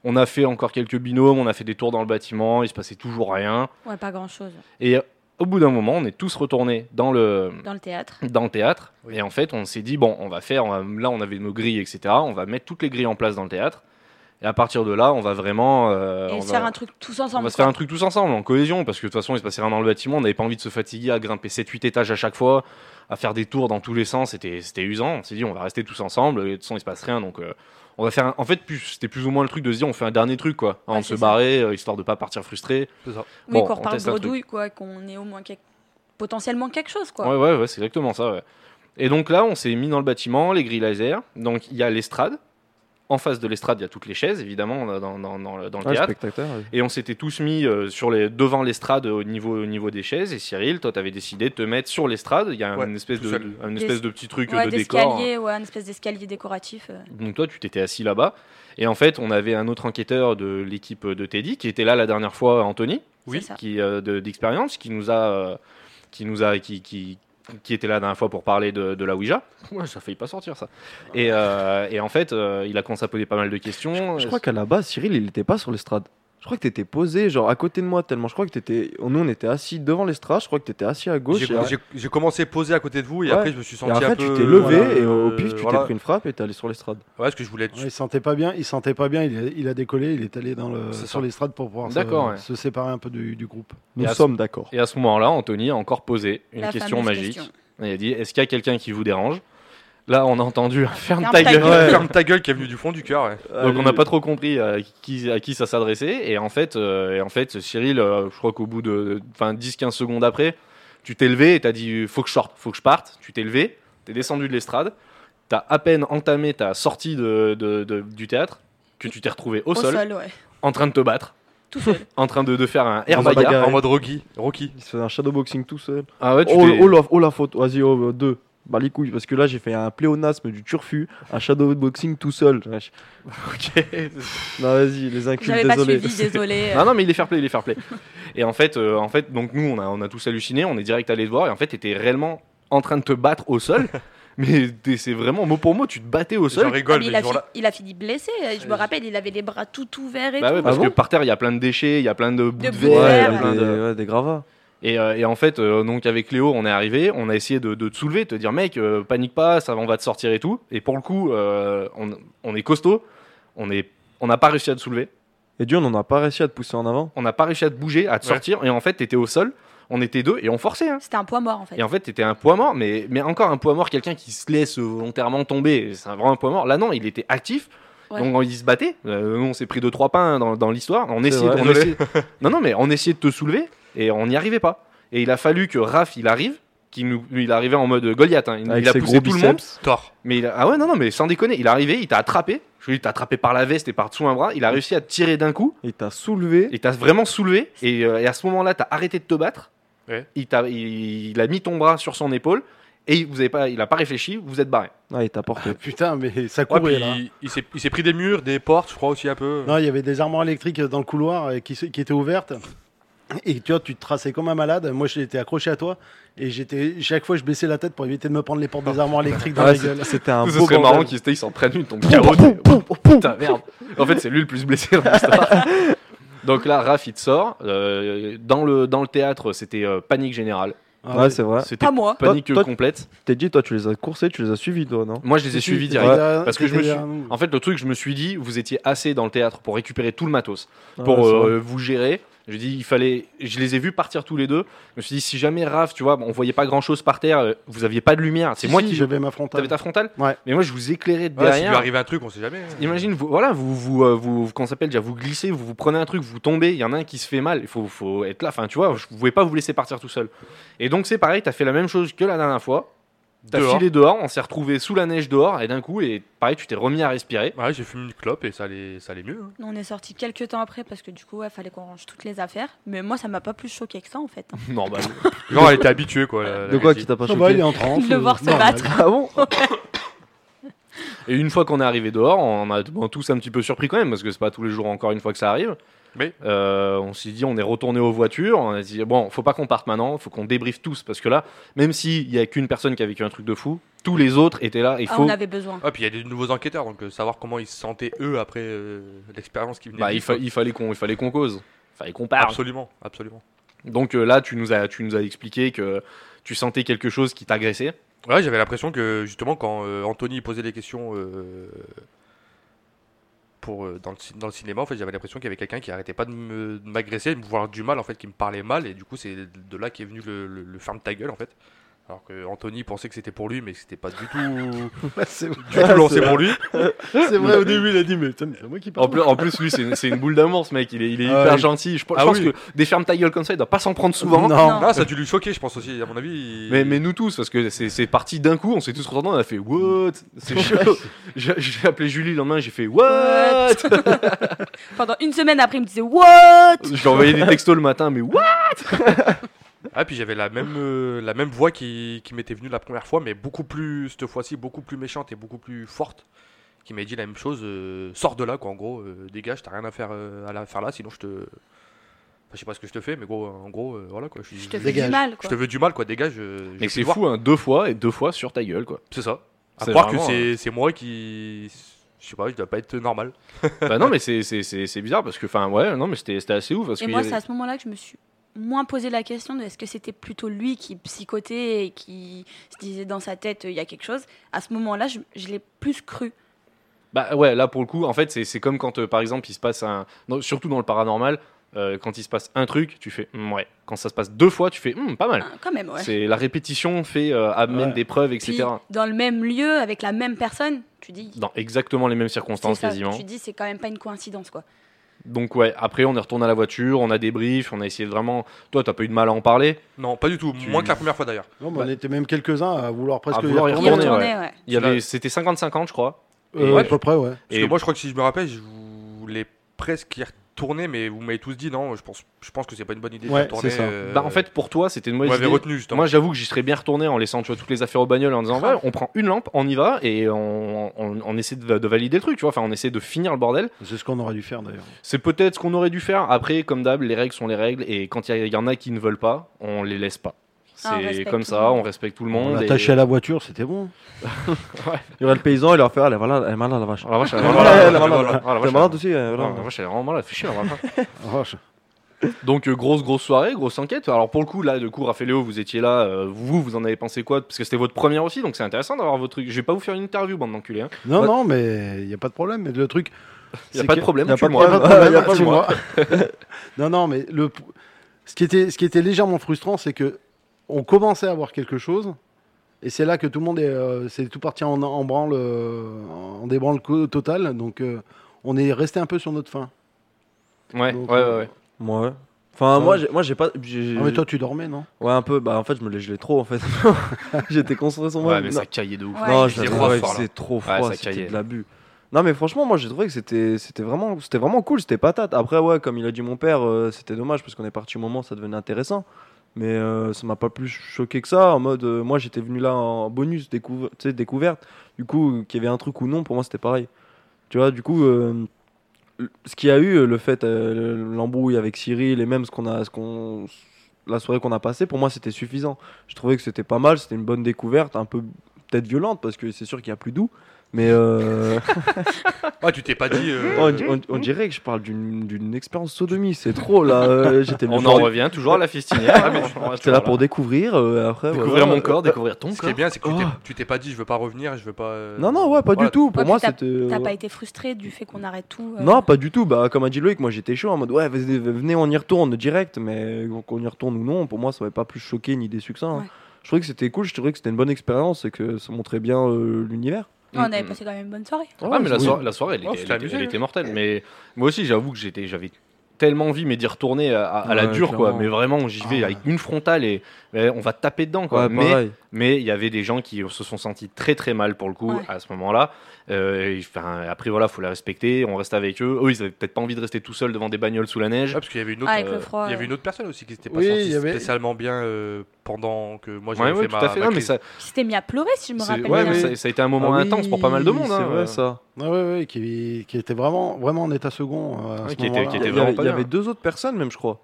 On a fait encore quelques binômes, on a fait des tours dans le bâtiment, il se passait toujours rien.
Ouais, pas grand chose.
Et euh, au bout d'un moment, on est tous retournés dans le,
Dans le théâtre.
dans le théâtre. Et en fait, on s'est dit, bon, on va faire, on va- là on avait nos grilles, etc. On va mettre toutes les grilles en place dans le théâtre. Et à partir de là, on va vraiment... euh,
et
on
se faire
va-
un truc tous
on
ensemble.
va se faire
quoi.
un truc tous ensemble, en cohésion, parce que de toute façon, il se passait rien dans le bâtiment, on n'avait pas envie de se fatiguer à grimper 7-8 étages à chaque fois, à faire des tours dans tous les sens, c'était c'était usant. On s'est dit, on va rester tous ensemble, et de toute façon, il se passe rien, donc euh, on va faire un- En fait, plus- c'était plus ou moins le truc de se dire, on fait un dernier truc, quoi.
Ouais,
on se
c'est ça.
barrait, euh, histoire de pas partir frustré.
Oui,
bon,
qu'on
on
repart
teste un truc.
bredouille, quoi, qu'on ait au moins quelque- potentiellement quelque chose, quoi.
Ouais, ouais, ouais, c'est exactement ça, ouais. Et donc là, on s'est mis dans le bâtiment, les grilles laser, donc il y a l'estrade. En face de l'estrade, il y a toutes les chaises, évidemment, on a dans, dans- dans le, dans le
Ah, le
théâtre.
spectateur. ouais.
Et on s'était tous mis euh, sur les, devant l'estrade au niveau, au niveau des chaises. Et Cyril, toi, t'avais décidé de te mettre sur l'estrade. Il y a un
Ouais,
espèce,
tout
de,
seul.
de- un espèce de petit truc euh,
Ouais,
de décor.
d'escalier, ouais, un espèce d'escalier décoratif. euh.
Donc toi, tu t'étais assis là-bas. Et en fait, on avait un autre enquêteur de l'équipe de Teddy qui était là la dernière fois, Anthony,
Oui.
C'est ça.
qui euh, de- d'expérience, qui nous a, euh, qui nous a, qui, qui, qui était là la dernière fois pour parler de, de la Ouija. Ouais, ça failli pas sortir ça. Et, euh, et en fait, euh, il a commencé à poser pas mal de questions.
Je crois qu'à la base, Cyril, il était pas sur l'estrade. Je crois que t'étais posé, genre à côté de moi, tellement. Je crois que t'étais. Nous, on était assis devant l'estrade, je crois que t'étais assis à gauche.
J'ai-
et,
J'ai j'ai commencé posé à côté de vous et
Ouais.
après je me suis
et
senti un
après,
peu.
tu t'es levé
voilà,
et au pif,
euh,
tu
voilà.
t'es pris une frappe et t'es allé sur l'estrade.
Ouais, ce que je voulais. être-
Ouais, il se sentait pas bien, il se sentait pas bien, il a, il a décollé, il est allé dans le,
C'est
sur
ça.
l'estrade pour pouvoir se,
D'accord, ouais.
se séparer un peu du, du groupe.
Nous
à ce-
sommes d'accord.
Et à ce moment-là, Anthony a encore posé une
La
question
fameuse
magique.
question.
Il a dit Est-ce qu'il y a quelqu'un qui vous dérange Là, on a entendu un ferme
Ferme
ta
ta
gueule.
gueule.
Ouais.
Ferme ta gueule qui est venue du fond du cœur. ouais.
Donc, on
Euh,
n'a pas trop compris à qui, à qui ça s'adressait. Et en fait, euh, et en fait Cyril, euh, je crois qu'au bout de enfin, 10-15 secondes après, tu t'es levé et t'as dit Faut que je sorte, faut que je parte. Tu t'es levé, t'es descendu de l'estrade, t'as à peine entamé ta sortie de, de- de- du théâtre que tu t'es retrouvé au,
Au
sol,
sol, ouais.
en train de te battre,
Tout seul.
en train de, de faire un air
Dans un
bagarre.
bagarre.
En mode Rocky. Rocky.
Il se faisait un shadowboxing tout seul.
Ah ouais, tu
Oh,
t'es-
oh la, oh la faute, vas-y, oh, euh, deux. Bah les couilles, parce que là j'ai fait un pléonasme du turfu, un shadowboxing tout seul. wesh.
Ok.
Non, vas-y, les incultes,
J'avais pas
désolé.
suivi, désolé. euh. Ah,
Non, non, mais il est fair play, il est fair play. Et en fait, euh, en fait donc nous, on a, on a tous halluciné, on est direct allé te voir, et en fait, t'étais réellement en train de te battre au sol. mais t'es- c'est vraiment mot pour mot, tu te battais au
J'en
sol.
Ah,
rigole,
mais
mais
il, a
ce
fi-
jour-là.
il a fini blessé, euh, je me rappelle, il avait les bras tout ouverts et
Bah
tout.
ouais, parce
Ah bon
que par terre, il y a plein de déchets, il y a plein de bouts de,
bouts de
verre, il y a
verre.
plein
des,
de-
ouais, des gravats.
Et, euh, et en fait, euh, donc avec Léo, on est arrivé, on a essayé de, de te soulever, de te dire mec, euh, panique pas, ça va, on va te sortir et tout. Et pour le coup, euh, on, on est costaud, on est, on n'a pas réussi à te soulever.
Et Dieu, on n'a pas réussi à te pousser en avant.
on n'a pas réussi à te bouger, à te
Ouais.
sortir, et en fait, t'étais au sol, on était deux, et on forçait. Hein.
C'était un poids mort en fait.
Et en fait, t'étais un poids mort, mais, mais encore un poids mort, quelqu'un qui se laisse volontairement tomber, c'est un vrai poids mort. Là, non, il était actif,
Ouais.
donc il se battait. Euh, nous, on s'est pris deux, trois pains dans, dans l'histoire. On
C'est
essayait,
vrai.
on essayait- non, non, mais on essayait de te soulever, et on n'y arrivait pas. Et il a fallu que Raph, il arrive, qu'il nous, il arrivait en mode Goliath, hein. il,
Avec
il a
ses
poussé
gros
tout le monde.
biceps.
Tort.
Mais il a- ah ouais, non, non, mais sans déconner, il est arrivé, il t'a attrapé. Je lui ai dit, t'as attrapé par la veste et par dessous un bras. Il a réussi à te tirer d'un coup.
Il t'a soulevé.
Il t'a vraiment soulevé et, euh, et à ce moment-là, t'as arrêté de te battre.
Ouais.
Il, t'a- il- il a mis ton bras sur son épaule et vous avez pas, il n'a pas réfléchi, vous êtes barré.
Ah, il t'a porté.
Putain, mais ça
Ouais,
courait
puis
là.
il- il s'est- il s'est pris des murs, des portes, je crois aussi un peu.
Non, il y avait des armoires électriques dans le couloir euh, qui, se- qui étaient ouvertes. Et tu vois, tu te traçais comme un malade. Moi, j'étais accroché à toi. Et j'étais chaque fois, je baissais la tête pour éviter de me prendre les portes des armoires électriques dans
Ah,
la gueule.
c'est- C'était un
Ce
beau
serait
bordel.
marrant qu'il s'en prenne une, tombe KO. Putain, merde. En fait, c'est lui le plus blessé dans l'histoire. Donc là, Raph, il te sort. Euh, dans, le, dans le théâtre, c'était euh, panique générale.
Ah,
Ouais, c'est vrai.
C'était
Pas moi.
panique
Toi- toi-
complète.
T'es dit, toi, tu les as coursés, tu les as suivis, toi, non
Moi, je les ai
Si,
suivis
si,
direct.
t'étais derrière-
Parce que je me
t'étais
suis-
derrière nous.
En fait, le truc, je me suis dit, vous étiez assez dans le théâtre pour récupérer tout le matos,
Ah,
pour
c'est vrai.
euh, vous gérer. Je dis, il fallait. Je les ai vus partir tous les deux. Je me suis dit, si jamais Raph, tu vois, on voyait pas grand chose par terre, euh, vous aviez pas de lumière. C'est
Si,
moi
si,
qui.
j'avais ma frontale.
T'avais ta frontale
Ouais.
Mais moi, je vous éclairais de
Ouais, s'il
derrière.
lui arrive un truc, on sait jamais. hein.
Imagine, vous, voilà, vous, vous, euh, vous, qu'on s'appelle déjà, vous glissez, vous, vous prenez un truc, vous tombez, il y en a un qui se fait mal, il faut, faut être là, enfin, tu vois, je- vous pouvez pas vous laisser partir tout seul. Et donc, c'est pareil, t'as fait la même chose que la dernière fois, t'as
Dehors.
filé dehors, on s'est retrouvé sous la neige dehors, et d'un coup, et pareil, tu t'es remis à respirer.
Ouais, j'ai fumé une clope et ça allait, ça allait mieux. hein.
On est sorti quelques temps après parce que du coup, il fallait qu'on range toutes les affaires. Mais moi, ça m'a pas plus choqué que ça en fait.
Normal.
Genre, elle était habituée, quoi. la- la
De quoi qui
petite.
t'a pas
Ah bah, il est
choqué
en transe.
De le
euh,
voir se
normal.
battre.
Ah bon
et une fois qu'on est arrivé dehors, on a bon, tous un petit peu surpris quand même, parce que c'est pas tous les jours encore une fois que ça arrive.
Mais-
Euh, on s'est dit, on est retourné aux voitures, on a dit, bon, faut pas qu'on parte maintenant, faut qu'on débriefe tous, parce que là, même s'il y a qu'une personne qui a vécu un truc de fou, tous les autres étaient là, il
Ah,
faut.
on avait besoin.
Ah, puis il y a des nouveaux enquêteurs, donc euh, savoir comment ils se sentaient eux après euh, l'expérience qui venait.
Bah,
de
il,
vivre,
fa-
quoi.
il Ah, fallait qu'on il fallait qu'on cause, il fallait qu'on parle.
Absolument, absolument.
Donc euh, là, tu nous as tu nous as expliqué que tu sentais quelque chose qui t'agressait.
Ouais, j'avais l'impression que justement, quand euh, Anthony posait des questions euh, pour, euh, dans, le, ci- dans le cinéma, en fait, j'avais l'impression qu'il y avait quelqu'un qui arrêtait pas de me- de m'agresser, de me voir du mal, en fait, qui me parlait mal, et du coup, c'est de là qu'est venu le, le, le ferme ta gueule, en fait. Alors que Anthony pensait que c'était pour lui, mais que c'était pas du tout,
Ouais, c'est vrai.
du tout lancé pour lui.
C'est vrai, au début, il a dit, mais putain, mais c'est moi qui
En
parle.
plus, en plus lui, c'est une, c'est une boule d'amour, ce mec. Il est, il est
Ah
hyper
oui.
gentil. Je, pe- je
Ah
pense
oui.
que des fermes ta gueule comme ça, il doit pas s'en prendre souvent.
Non.
Ah, ça a dû lui choquer, je pense aussi, à mon avis. il-
Mais, mais nous tous, parce que c'est c'est parti d'un coup, on s'est tous retournés, on a fait What C'est chaud J'ai j'ai appelé Julie le lendemain, j'ai fait What
Pendant une semaine après, il me disait What
Je lui ai envoyé des textos le matin, mais What
Ah, puis j'avais la même, euh, la même voix qui, qui m'était venue la première fois, mais beaucoup plus, cette fois-ci, beaucoup plus méchante et beaucoup plus forte, qui m'a dit la même chose, euh, sors de là, quoi, en gros, euh, dégage, t'as rien à faire, euh, à la faire là, sinon je te... Enfin, je sais pas ce que je te fais, mais gros, en gros, euh, voilà, quoi, je, suis-
Je te fais
Dégage.
du mal
je
quoi.
te veux du mal, quoi, dégage, euh, je
Mais
vais
c'est
te voir.
fou, hein, deux fois et deux fois sur ta gueule, quoi.
C'est ça. À
C'est
croire que
vraiment, euh,
c'est c'est moi qui... Je sais pas, je dois pas être normal.
bah non, mais c'est- c'est c'est- c'est bizarre parce que, enfin, ouais, non, mais c'était c'était assez ouf. Parce
Et
qu'il y
moi,
avait-
c'est à ce moment-là que je me suis moins posé la question de est-ce que c'était plutôt lui qui psychotait et qui se disait dans sa tête euh, il y a quelque chose. À ce moment-là, je, je l'ai plus cru.
Bah ouais, là pour le coup, en fait, c'est c'est comme quand euh, par exemple il se passe un. dans- surtout dans le paranormal, euh, quand il se passe un truc, tu fais Hmm, ouais. Quand ça se passe deux fois, tu fais Hmm, pas mal.
Hein, quand même, ouais.
C'est La répétition fait euh, amène
Ouais.
des preuves,
Puis,
etc.
dans le même lieu, avec la même personne, tu dis.
Dans exactement les mêmes
c'est
circonstances
ça,
quasiment.
Tu dis, c'est quand même pas une coïncidence quoi.
Donc ouais, après on est retourné à la voiture, on a débrief, on a essayé de vraiment. Toi, t'as pas eu de mal à en parler.
Non, pas du tout,
Tu-
moins que la première fois d'ailleurs.
Non, mais on était même quelques-uns à vouloir presque
À vouloir y
Il
Retourner,
retournait,
ouais.
ouais.
Il y
Parce
avait,
que-
c'était 50-50, je crois.
Euh,
Ouais.
à peu près, ouais.
Parce
Et-
que moi, je crois que si je me rappelle, je vous l'ai presque y retourné, mais vous m'avez tous dit non, je pense, je pense que c'est pas une bonne idée
Ouais,
de retourner.
c'est ça.
euh,
Bah en fait, pour toi, c'était une
vous
mauvaise
m'avez
idée.
retenu justement.
Moi, j'avoue que j'y serais bien retourné en laissant tu vois, toutes les affaires aux bagnoles en disant ouais, on prend une lampe, on y va et on, on- on essaie de, de valider le truc, tu vois. Enfin, on essaie de finir le bordel.
C'est ce qu'on aurait dû faire d'ailleurs.
C'est peut-être ce qu'on aurait dû faire. Après, comme d'hab, les règles sont les règles et quand il y, a- il y en a qui ne veulent pas, on les laisse pas. C'est
Ah, on respecte
comme
tout
ça,
le monde.
on respecte tout le
On
monde. et-
l'attachait à la voiture, c'était bon.
Il y aurait le paysan, il leur fait Ah, elle est malade, elle est malade, la vache.
Oh la vache, elle est
Ouais,
vraiment-
elle est
elle est
malade.
vraiment- oh la
Elle est
vache,
malade aussi, hein, elle est
elle est
malade.
vraiment- la vache, elle est vraiment malade, fait chier, la vache.
Oh, je-
Donc euh, grosse grosse soirée, grosse enquête. Alors pour le coup là, de coup Raffaello, vous étiez là, euh, vous vous en avez pensé quoi Parce que c'était votre première aussi, donc c'est intéressant d'avoir votre truc. Je vais pas vous faire une interview, bande d'enculés. Hein.
Non,
Ouais.
non, mais il n'y a pas de problème. Mais le truc.
Y a
c'est
pas de
que-
problème.
y a pas de
tue-moi.
problème.
problème,
Y a pas de
tu vois. non, non, mais le, p- ce, qui était, ce qui était légèrement frustrant, c'est que on commençait à voir quelque chose, et c'est là que tout le monde est, euh, c'est tout parti en, en branle, euh, en débranle co- total. Donc, euh, on est resté un peu sur notre faim.
Ouais,
Donc,
ouais, ouais,
euh,
ouais.
Moi, ouais. Enfin,
Ouais.
moi, j'ai- moi, j'ai pas. j'ai-
Ah, mais toi, tu dormais, non
Ouais, un peu. Bah, en fait, je me les gelais trop, en fait. J'étais concentré sur moi.
Ouais, mais ça caillait de ouf.
Ouais.
Non,
il
je
faisait
l'avais-
froid
ouais,
ce soir-là.
c'est trop
Ouais,
froid,
ça
c'était
caillait.
de l'abus. Non, mais franchement, moi j'ai trouvé que c'était c'était vraiment, c'était vraiment cool, c'était patate. Après, ouais, comme il a dit mon père, euh, c'était dommage parce qu'on est parti au moment, où ça devenait intéressant. Mais euh, ça m'a pas plus choqué que ça. En mode, euh, moi j'étais venu là en bonus, découvre- tu sais, découverte. Du coup, euh, qu'il y avait un truc ou non, pour moi c'était pareil. Tu vois, du coup, euh, le- ce qu'il y a eu, euh, le fait, euh, le- l'embrouille avec Cyril et même ce qu'on a, ce qu'on, la soirée qu'on a passée, pour moi c'était suffisant. Je trouvais que c'était pas mal, c'était une bonne découverte, un peu peut-être violente parce que c'est sûr qu'il y a plus doux. Mais euh,
Ah, tu t'es pas dit. euh,
on, on- on dirait que je parle d'une d'une expérience sodomie, c'est trop là. euh, J'étais
On
bien-
en revient toujours à la fistinière. Ah, mais on reste
J'étais là
toujours
pour découvrir. euh, après,
découvrir
voilà.
mon corps, découvrir ton
Ce qui est
corps.
bien, c'est que tu t'es-
Oh.
tu t'es pas dit, je veux pas revenir, je veux pas. euh,
Non, non, ouais, pas
voilà.
du tout. Pour
Ouais,
moi,
puis
c'était.
Euh,
T'as pas
ouais.
été frustré du fait qu'on arrête tout euh,
Non, pas du tout. Bah, comme a dit Loïc, moi j'étais chaud en mode ouais, vas-y, venez, on y retourne direct. Mais qu'on y retourne ou non, pour moi, ça m'avait pas plus choqué ni déçu que ça. hein.
Ouais.
Je trouvais que c'était cool, je trouvais que c'était une bonne expérience et que ça montrait bien euh, l'univers.
non, On
Mm,
avait passé quand même une bonne soirée.
Ah, mais la,
Oui.
soirée, la soirée, elle
Oh,
était,
c'était
elle était-
amusé,
elle était
hein.
mortelle. Mais moi aussi, j'avoue que j'étais, j'avais tellement envie, mais d'y retourner à, à- à la
Ouais,
dure, quoi.
clairement.
Mais vraiment, j'y vais
Ah.
avec une frontale et et on va taper dedans, quoi.
Ouais,
mais
pareil.
Mais il y avait des gens qui se sont sentis très très mal pour le coup
Ouais.
à ce moment-là. Euh, et, enfin, après voilà, faut les respecter, on reste avec eux. Eux, ils avaient peut-être pas envie de rester tout seuls devant des bagnoles sous la
Ah,
neige.
parce qu'il y avait une autre.
Ah, avec
euh,
le froid.
Il y
euh,
avait une autre personne aussi qui s'était pas
Oui,
sentie
il y avait-
spécialement bien euh, pendant que moi
Ouais,
j'avais
ouais,
fait
tout
ma,
à fait.
ma
Non, mais
crise.
ça,
Tu t'es mis à pleurer, si je me
c'est-
rappelle
ouais,
bien.
mais ça, ça a été un
Ah
moment
oui,
intense pour pas mal de monde.
C'est
hein.
vrai ça.
Ah ouais, ouais, qui, qui était vraiment, vraiment en état second. euh, à
Ouais,
ce
qui était-
moment-là.
qui
Il
était
y,
vraiment
avait,
pas
il y
bien.
avait deux autres personnes, même, je crois.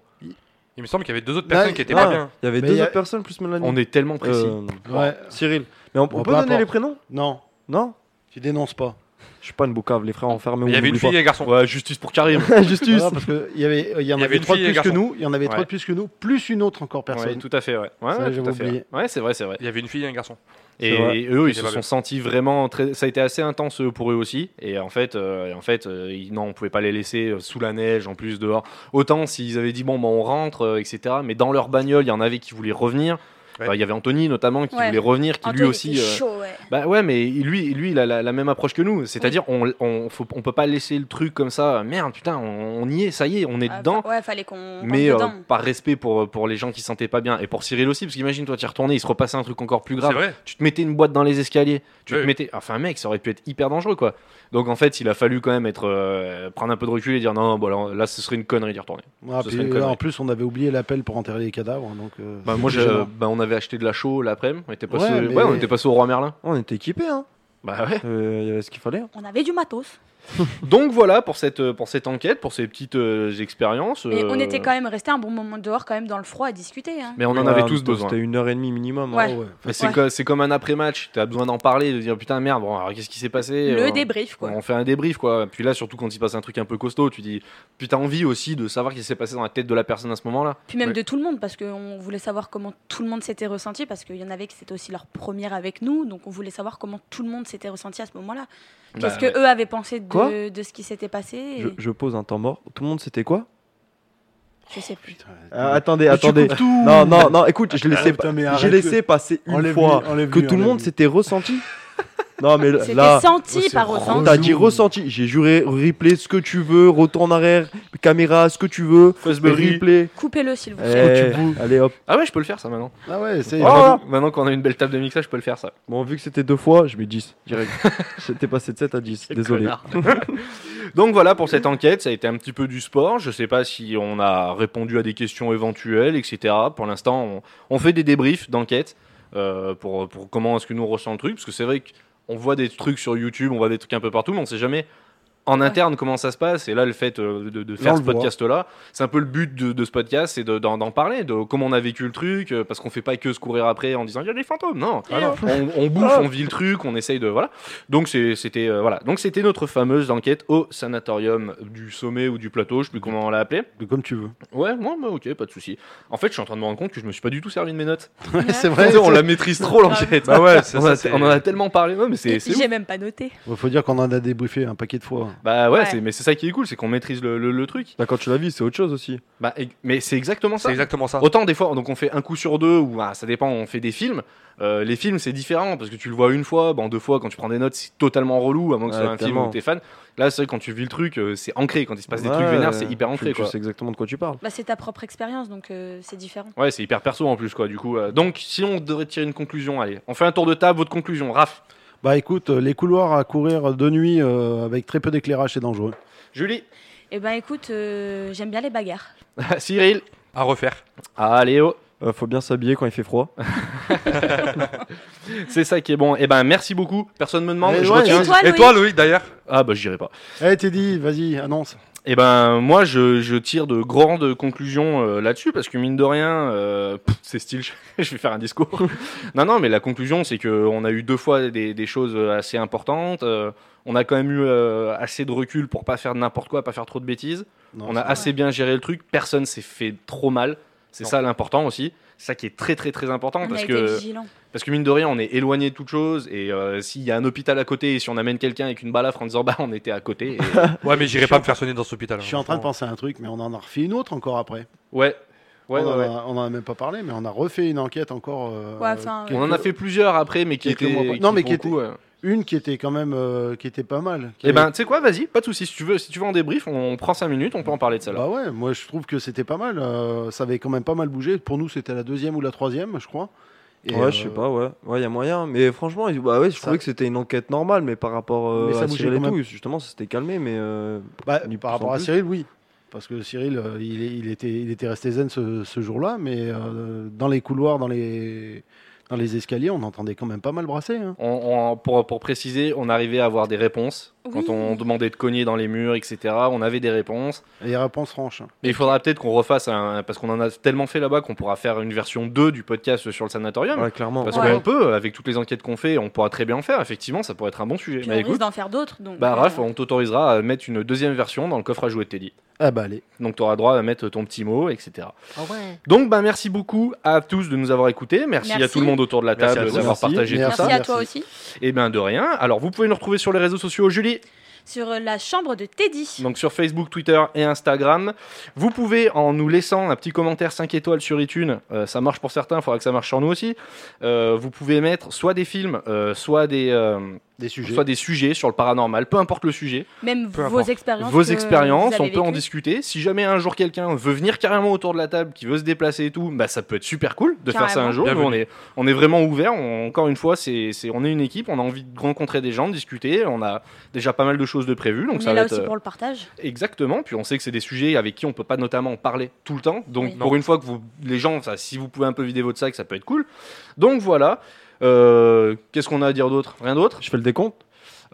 Il me semble qu'il y avait deux autres
Là,
personnes qui étaient
ah.
pas bien.
Il y avait
Mais
deux
il y a-
autres personnes plus Mélanie.
On est tellement précis.
Euh,
Ouais,
Cyril. Mais on, on peut
Bon, peu
donner
importe.
les prénoms
non,
Non
tu dénonces pas.
Je suis pas une boucave, les frères enfermés.
Mais Il y
on
avait une
n'oublie
fille et un garçon.
Ouais, justice pour Karim.
pas. Ah, bah, Justus.
Voilà, parce que il y avait, il y en
avait
avait
une
trois de
fille et
plus
un
que
garçon.
nous, il y en avait trois
Ouais.
de plus que nous, plus une autre encore
Ouais,
personne.
tout à fait. Ouais, ouais,
Ça,
ouais,
j'avais
tout à fait.
oublié.
Ouais, c'est vrai, c'est vrai.
Il y avait une fille et un garçon.
Et,
C'est vrai.
et eux, ils
C'est
se
pas
sont
bien.
sentis vraiment très. Ça a été assez intense euh, pour eux aussi. Et en fait, euh, et en fait, euh, ils- non, on pouvait pas les laisser euh, sous la neige, en plus dehors. Autant s'ils avaient dit bon, bah, on rentre, euh, etc. Mais dans leur bagnole, il y en avait qui voulaient revenir.
Ouais.
Enfin, Il y avait Anthony notamment qui
Ouais.
voulait revenir, qui
Antoine
lui
était
aussi. euh,
chaud, ouais.
Bah ouais, mais lui, lui, il a la, la même approche que nous. C'est-à-dire, on, on, faut- on peut pas laisser le truc comme ça. euh, Merde, putain, on, on y est, ça y est, on est
Ah,
dedans.
fa- Ouais, fallait qu'on. rentre
Mais euh,
dedans.
par respect pour, euh, pour les gens qui se sentaient pas bien et pour Cyril aussi, parce qu'imagine toi, tu retourné, il se repassait un truc encore plus grave
C'est vrai.
tu te mettais une boîte dans les escaliers, tu
Oui.
te mettais. Enfin, mec, ça aurait pu être hyper dangereux, quoi. Donc, en fait, il a fallu quand même être euh, prendre un peu de recul et dire non, non, bon, alors, là, ce serait une connerie d'y retourner.
Ah,
Ce
puis
serait une
là,
connerie.
en plus, on avait oublié l'appel pour enterrer les cadavres. Donc, euh,
Bah, moi,
c'est
j'ai-
gênant.
bah, on avait acheté de la chaux l'après-midi, on était passé,
Ouais,
ouais,
mais-
on était passé au roi Merlin.
On était équipés, hein.
Bah ouais.
Euh, Il y avait ce qu'il fallait. hein.
On avait du matos.
Donc voilà pour cette euh, pour cette enquête, pour ces petites euh, expériences.
Mais
euh,
on était quand même resté un bon moment dehors, quand même, dans le froid à discuter. hein.
Mais on en
Ouais,
avait
en
tous
même temps,
besoin.
C'était une heure et demie minimum. hein.
Ouais.
Ah ouais.
Mais c'est
Ouais.
co- c'est comme un après-match, t'as besoin d'en parler, de dire putain merde, bon, alors qu'est-ce qui s'est passé
Le
euh,
débrief, quoi.
On fait un débrief, quoi. Puis là, surtout quand il se passe un truc un peu costaud, tu dis, puis t'as envie aussi de savoir ce qui s'est passé dans la tête de la personne à ce moment-là.
Puis même
Ouais.
de tout le monde, parce qu'on voulait savoir comment tout le monde s'était ressenti, parce qu'il y en avait qui c'était aussi leur première avec nous, donc on voulait savoir comment tout le monde s'était ressenti à ce moment-là. Qu'est-ce
Bah,
que eux avaient pensé
Quoi
de, de ce qui s'était passé et-
Je, je pose un temps mort. Tout le monde, c'était quoi
Je sais plus.
Putain,
Euh, Attendez,
Mais tu
attendez.
coupes tout. Ah,
Non, non, non, écoute, je laissais,
Putain, mais
pas- j'ai
arrête-le.
laissé passer une
Enlève-lui,
fois que
enlève-lui,
tout le monde
enlève-lui.
s'était ressenti. Non, mais
C'était
là,
senti
c'est
par
relou.
ressenti.
t'as dit ressenti. J'ai juré replay ce que tu veux, retour en arrière, caméra, ce que tu veux,
Fosbury.
replay.
Coupez-le, s'il vous plaît.
Eh, allez hop.
Ah ouais, je peux le faire ça maintenant.
Ah ouais, c'est.
Oh
Maintenant- maintenant qu'on a une belle table de mixage, je peux le faire ça.
Bon, vu que c'était deux fois, je mets 10 direct. J'étais passé de 7 à 10, désolé.
Connard. Donc voilà pour cette enquête, ça a été un petit peu du sport. Je sais pas si on a répondu à des questions éventuelles, etc. Pour l'instant, on, on fait des débriefs d'enquête euh, pour, pour comment est-ce que nous on ressent le truc, parce que c'est vrai qu'on voit des trucs sur YouTube, on voit des trucs un peu partout, mais on sait jamais. En interne, comment ça se passe Et là, le fait euh, de, de faire
on
ce
le voit.
podcast-là, c'est un peu le but de, de ce podcast, c'est de- d'en d'en parler, de comment on a vécu le truc, euh, parce qu'on fait pas que se courir après en disant il y a des fantômes. Non,
Eh oh.
on, on bouffe, on vit le truc, on essaye de voilà. Donc c'est- c'était euh, voilà. Donc c'était notre fameuse enquête au sanatorium du sommet ou du plateau, je sais plus comment on l'a appelé.
Comme tu veux.
Ouais, moi, bah, ok, pas de souci. En fait, je suis en train de me rendre compte que je me suis pas du tout servi de mes notes. Tu
c'est vrai.
sais, on la maîtrise trop l'enquête. Bah ouais,
c'est
on,
ça,
a-
c'est-
on en a tellement parlé, ouais, mais c'est
Et
c'est
J'ai
ouf.
même pas noté.
Il faut dire qu'on en a débriefé un paquet de fois.
Bah ouais,
Ouais.
c'est- mais c'est ça qui est cool, c'est qu'on maîtrise le, le- le truc.
Bah, quand tu la vis, c'est autre chose aussi.
Bah, et- mais c'est exactement
C'est
ça.
exactement ça.
Autant des fois, donc on fait un coup sur deux, ou ah, ça dépend, on fait des films. Euh, les films, c'est différent parce que tu le vois une fois, ben, deux fois, quand tu prends des notes, c'est totalement relou, à moins que ce
Ouais,
soit un film
tellement.
où t'es fan. Là, c'est vrai, quand tu vis le truc, euh, c'est ancré. Quand il se passe des
Ouais,
trucs vénères, c'est hyper
tu-
ancré.
Tu
quoi.
sais exactement de quoi tu parles.
Bah, c'est ta propre expérience, donc euh, c'est différent.
Ouais, c'est hyper perso en plus, quoi, du coup. euh, donc, si on devait tirer une conclusion, allez, on fait un tour de table, votre conclusion, Raph,
Bah écoute, euh, les couloirs à courir de nuit euh, avec très peu d'éclairage, c'est dangereux.
Julie,
Eh ben écoute, euh, j'aime bien les bagarres.
Cyril,
À refaire.
allez, oh.
euh, faut bien s'habiller quand il fait froid.
C'est ça qui est bon. Et ben merci beaucoup. Personne me demande.
Mais
je
Eh ouais.
retiens.
Et toi,
Et
Loïc
toi, Loïc, d'ailleurs
Ah bah j'irai pas.
Allez, Eh, Teddy, vas-y, annonce.
Et ben moi je, je tire de grandes conclusions euh, là-dessus parce que mine de rien euh, pff, c'est style. Je, je vais faire un discours. non non mais la conclusion c'est que on a eu deux fois des, des choses assez importantes. euh, on a quand même eu euh, assez de recul pour pas faire n'importe quoi, pas faire trop de bêtises.
Non,
On a assez bien géré le truc. Personne s'est fait trop mal. C'est
Non.
ça l'important aussi. C'est ça qui est très très très important
On a
parce
été
que
vigilants.
parce que mine de rien, on est éloigné de toute chose. Et euh, s'il y a un hôpital à côté et si on amène quelqu'un avec une balafre en disant bah on était à côté. et-
Ouais, mais j'irai pas me faire sonner dans cet hôpital. hein.
Je suis en train de penser à un truc, mais on en a refait une autre encore après.
ouais. Ouais,
on,
ouais,
en
ouais.
a, on en a même pas parlé, mais on a refait une enquête encore. euh,
Ouais, enfin,
On en a fait plusieurs après, mais qui
quelques
étaient.
mois après. Non, mais
pour
qui
le coup, euh,
Une qui était quand même, euh, qui était pas mal. qui
Eh ben,
avait-
tu sais quoi, vas-y, pas de soucis. Si tu veux, si tu veux en débrief, on prend 5 minutes, on peut en parler de celle-là.
bah ouais, moi je trouve que c'était pas mal. euh, ça avait quand même pas mal bougé. Pour nous, c'était la deuxième ou la troisième, je crois. Et,
ouais, je sais
euh,
pas, ouais. Ouais, il y a moyen. Mais franchement, il- bah ouais, je
Ça-
trouvais que c'était une enquête normale, mais par rapport euh,
Mais ça
à
bougeait
Cyril et
quand
tout, justement, ça s'était calmé, mais. euh,
Bah,
Ni plus en
par rapport à
plus.
Cyril, oui. Parce que Cyril, euh, il, est- il était, il était resté zen ce, ce jour-là, mais euh, dans les couloirs, dans les, dans les escaliers, on entendait quand même pas mal brasser. hein.
On, on- pour, pour préciser, on arrivait à avoir des réponses.
Oui.
Quand on demandait de cogner dans les murs, etc., on avait des réponses.
Et les réponses franches.
Mais il faudra peut-être qu'on refasse, un, parce qu'on en a tellement fait là-bas qu'on pourra faire une version 2 du podcast sur le sanatorium.
Ouais, clairement.
Parce
Ouais.
qu'on peut, avec toutes les enquêtes qu'on fait, on pourra très bien en faire. Effectivement, ça pourrait être un bon sujet.
Puis on
Mais
risque
Eh ben, écoute,
d'en faire d'autres. donc,
bah,
euh,
Raph, on t'autorisera à mettre une deuxième version dans le coffre à jouer de Teddy.
Ah bah allez.
Donc, tu auras droit à mettre ton petit mot, etc.
Ah
Donc, bah, merci beaucoup à tous de nous avoir écoutés. Merci, à
Merci.
tout le monde autour de la
Merci à
table
tous.
d'avoir
Merci.
partagé
Merci.
tout
Merci
ça.
à toi
Merci.
aussi.
Et ben de rien. Alors, vous pouvez nous retrouver sur les réseaux sociaux, Julie.
Sur euh, la chambre de Teddy.
Donc sur Facebook, Twitter et Instagram. Vous pouvez, en nous laissant un petit commentaire 5 étoiles sur iTunes, euh, ça marche pour certains, il faudra que ça marche sur nous aussi. Euh, vous pouvez mettre soit des films, euh, soit, des, euh,
Des sujets.
soit des sujets sur le paranormal, peu importe le sujet.
Même
Peu
vos
importe.
expériences.
Vos
que
expériences,
vous
on
avez
peut en
vécues.
discuter. Si jamais un jour quelqu'un veut venir carrément autour de la table, qui veut se déplacer et tout, bah ça peut être super cool de faire ça un
Carrément.
jour. Nous,
Bienvenue.
on est, on est vraiment ouvert. On- encore une fois, c'est, c'est- on est une équipe, on a envie de rencontrer des gens, de discuter. On a déjà pas mal de choses de prévues, donc
on
ça
est
va
là
être,
aussi
euh,
pour le partage.
Exactement, puis on sait que c'est des sujets avec qui on peut pas notamment parler tout le temps. Donc
Oui.
pour une fois que vous, les gens, ça, si vous pouvez un peu vider votre sac, ça peut être cool. Donc voilà. Euh, qu'est-ce qu'on a à dire d'autre Rien d'autre
Je fais le décompte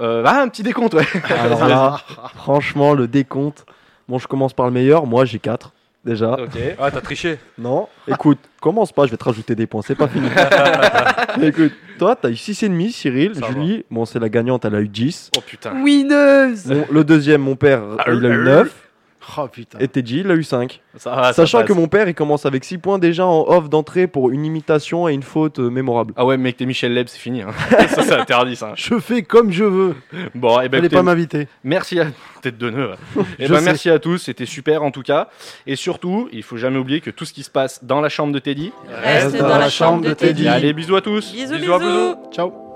Euh, Ah, un petit décompte, ouais.
Alors là, franchement, le décompte. Bon, je commence par le meilleur. Moi, j'ai 4. Déjà.
Ok.
Ah, t'as triché.
Non, écoute, commence pas, je vais te rajouter des points, c'est pas fini. écoute, toi, t'as eu 6,5, Cyril,
Ça va.
Julie, bon, c'est la gagnante, elle a eu 10.
Oh putain.
Winneuse
Mon- le deuxième, mon père, euh, il a eu 9.
Oh putain.
Et Teddy, il a eu 5.
Ça va, Ah, ça
Sachant que
passe.
mon père, il commence avec 6 points déjà en off d'entrée pour une imitation et une faute euh, mémorable.
Ah ouais, mec, t'es Michel Leb, c'est fini. hein. ça, c'est interdit, ça.
Je fais comme je veux.
Bon, et ben,
Fallait
écoutez,
pas m'inviter.
merci à tête de nœud. ouais. Eh
Je
ben,
sais.
merci à tous, c'était super en tout cas. Et surtout, il faut jamais oublier que tout ce qui se passe euh, dans la chambre de Teddy.
Reste dans la chambre de Teddy.
Allez, bisous à tous.
Bisous,
Bisous à
bisous.
Ciao.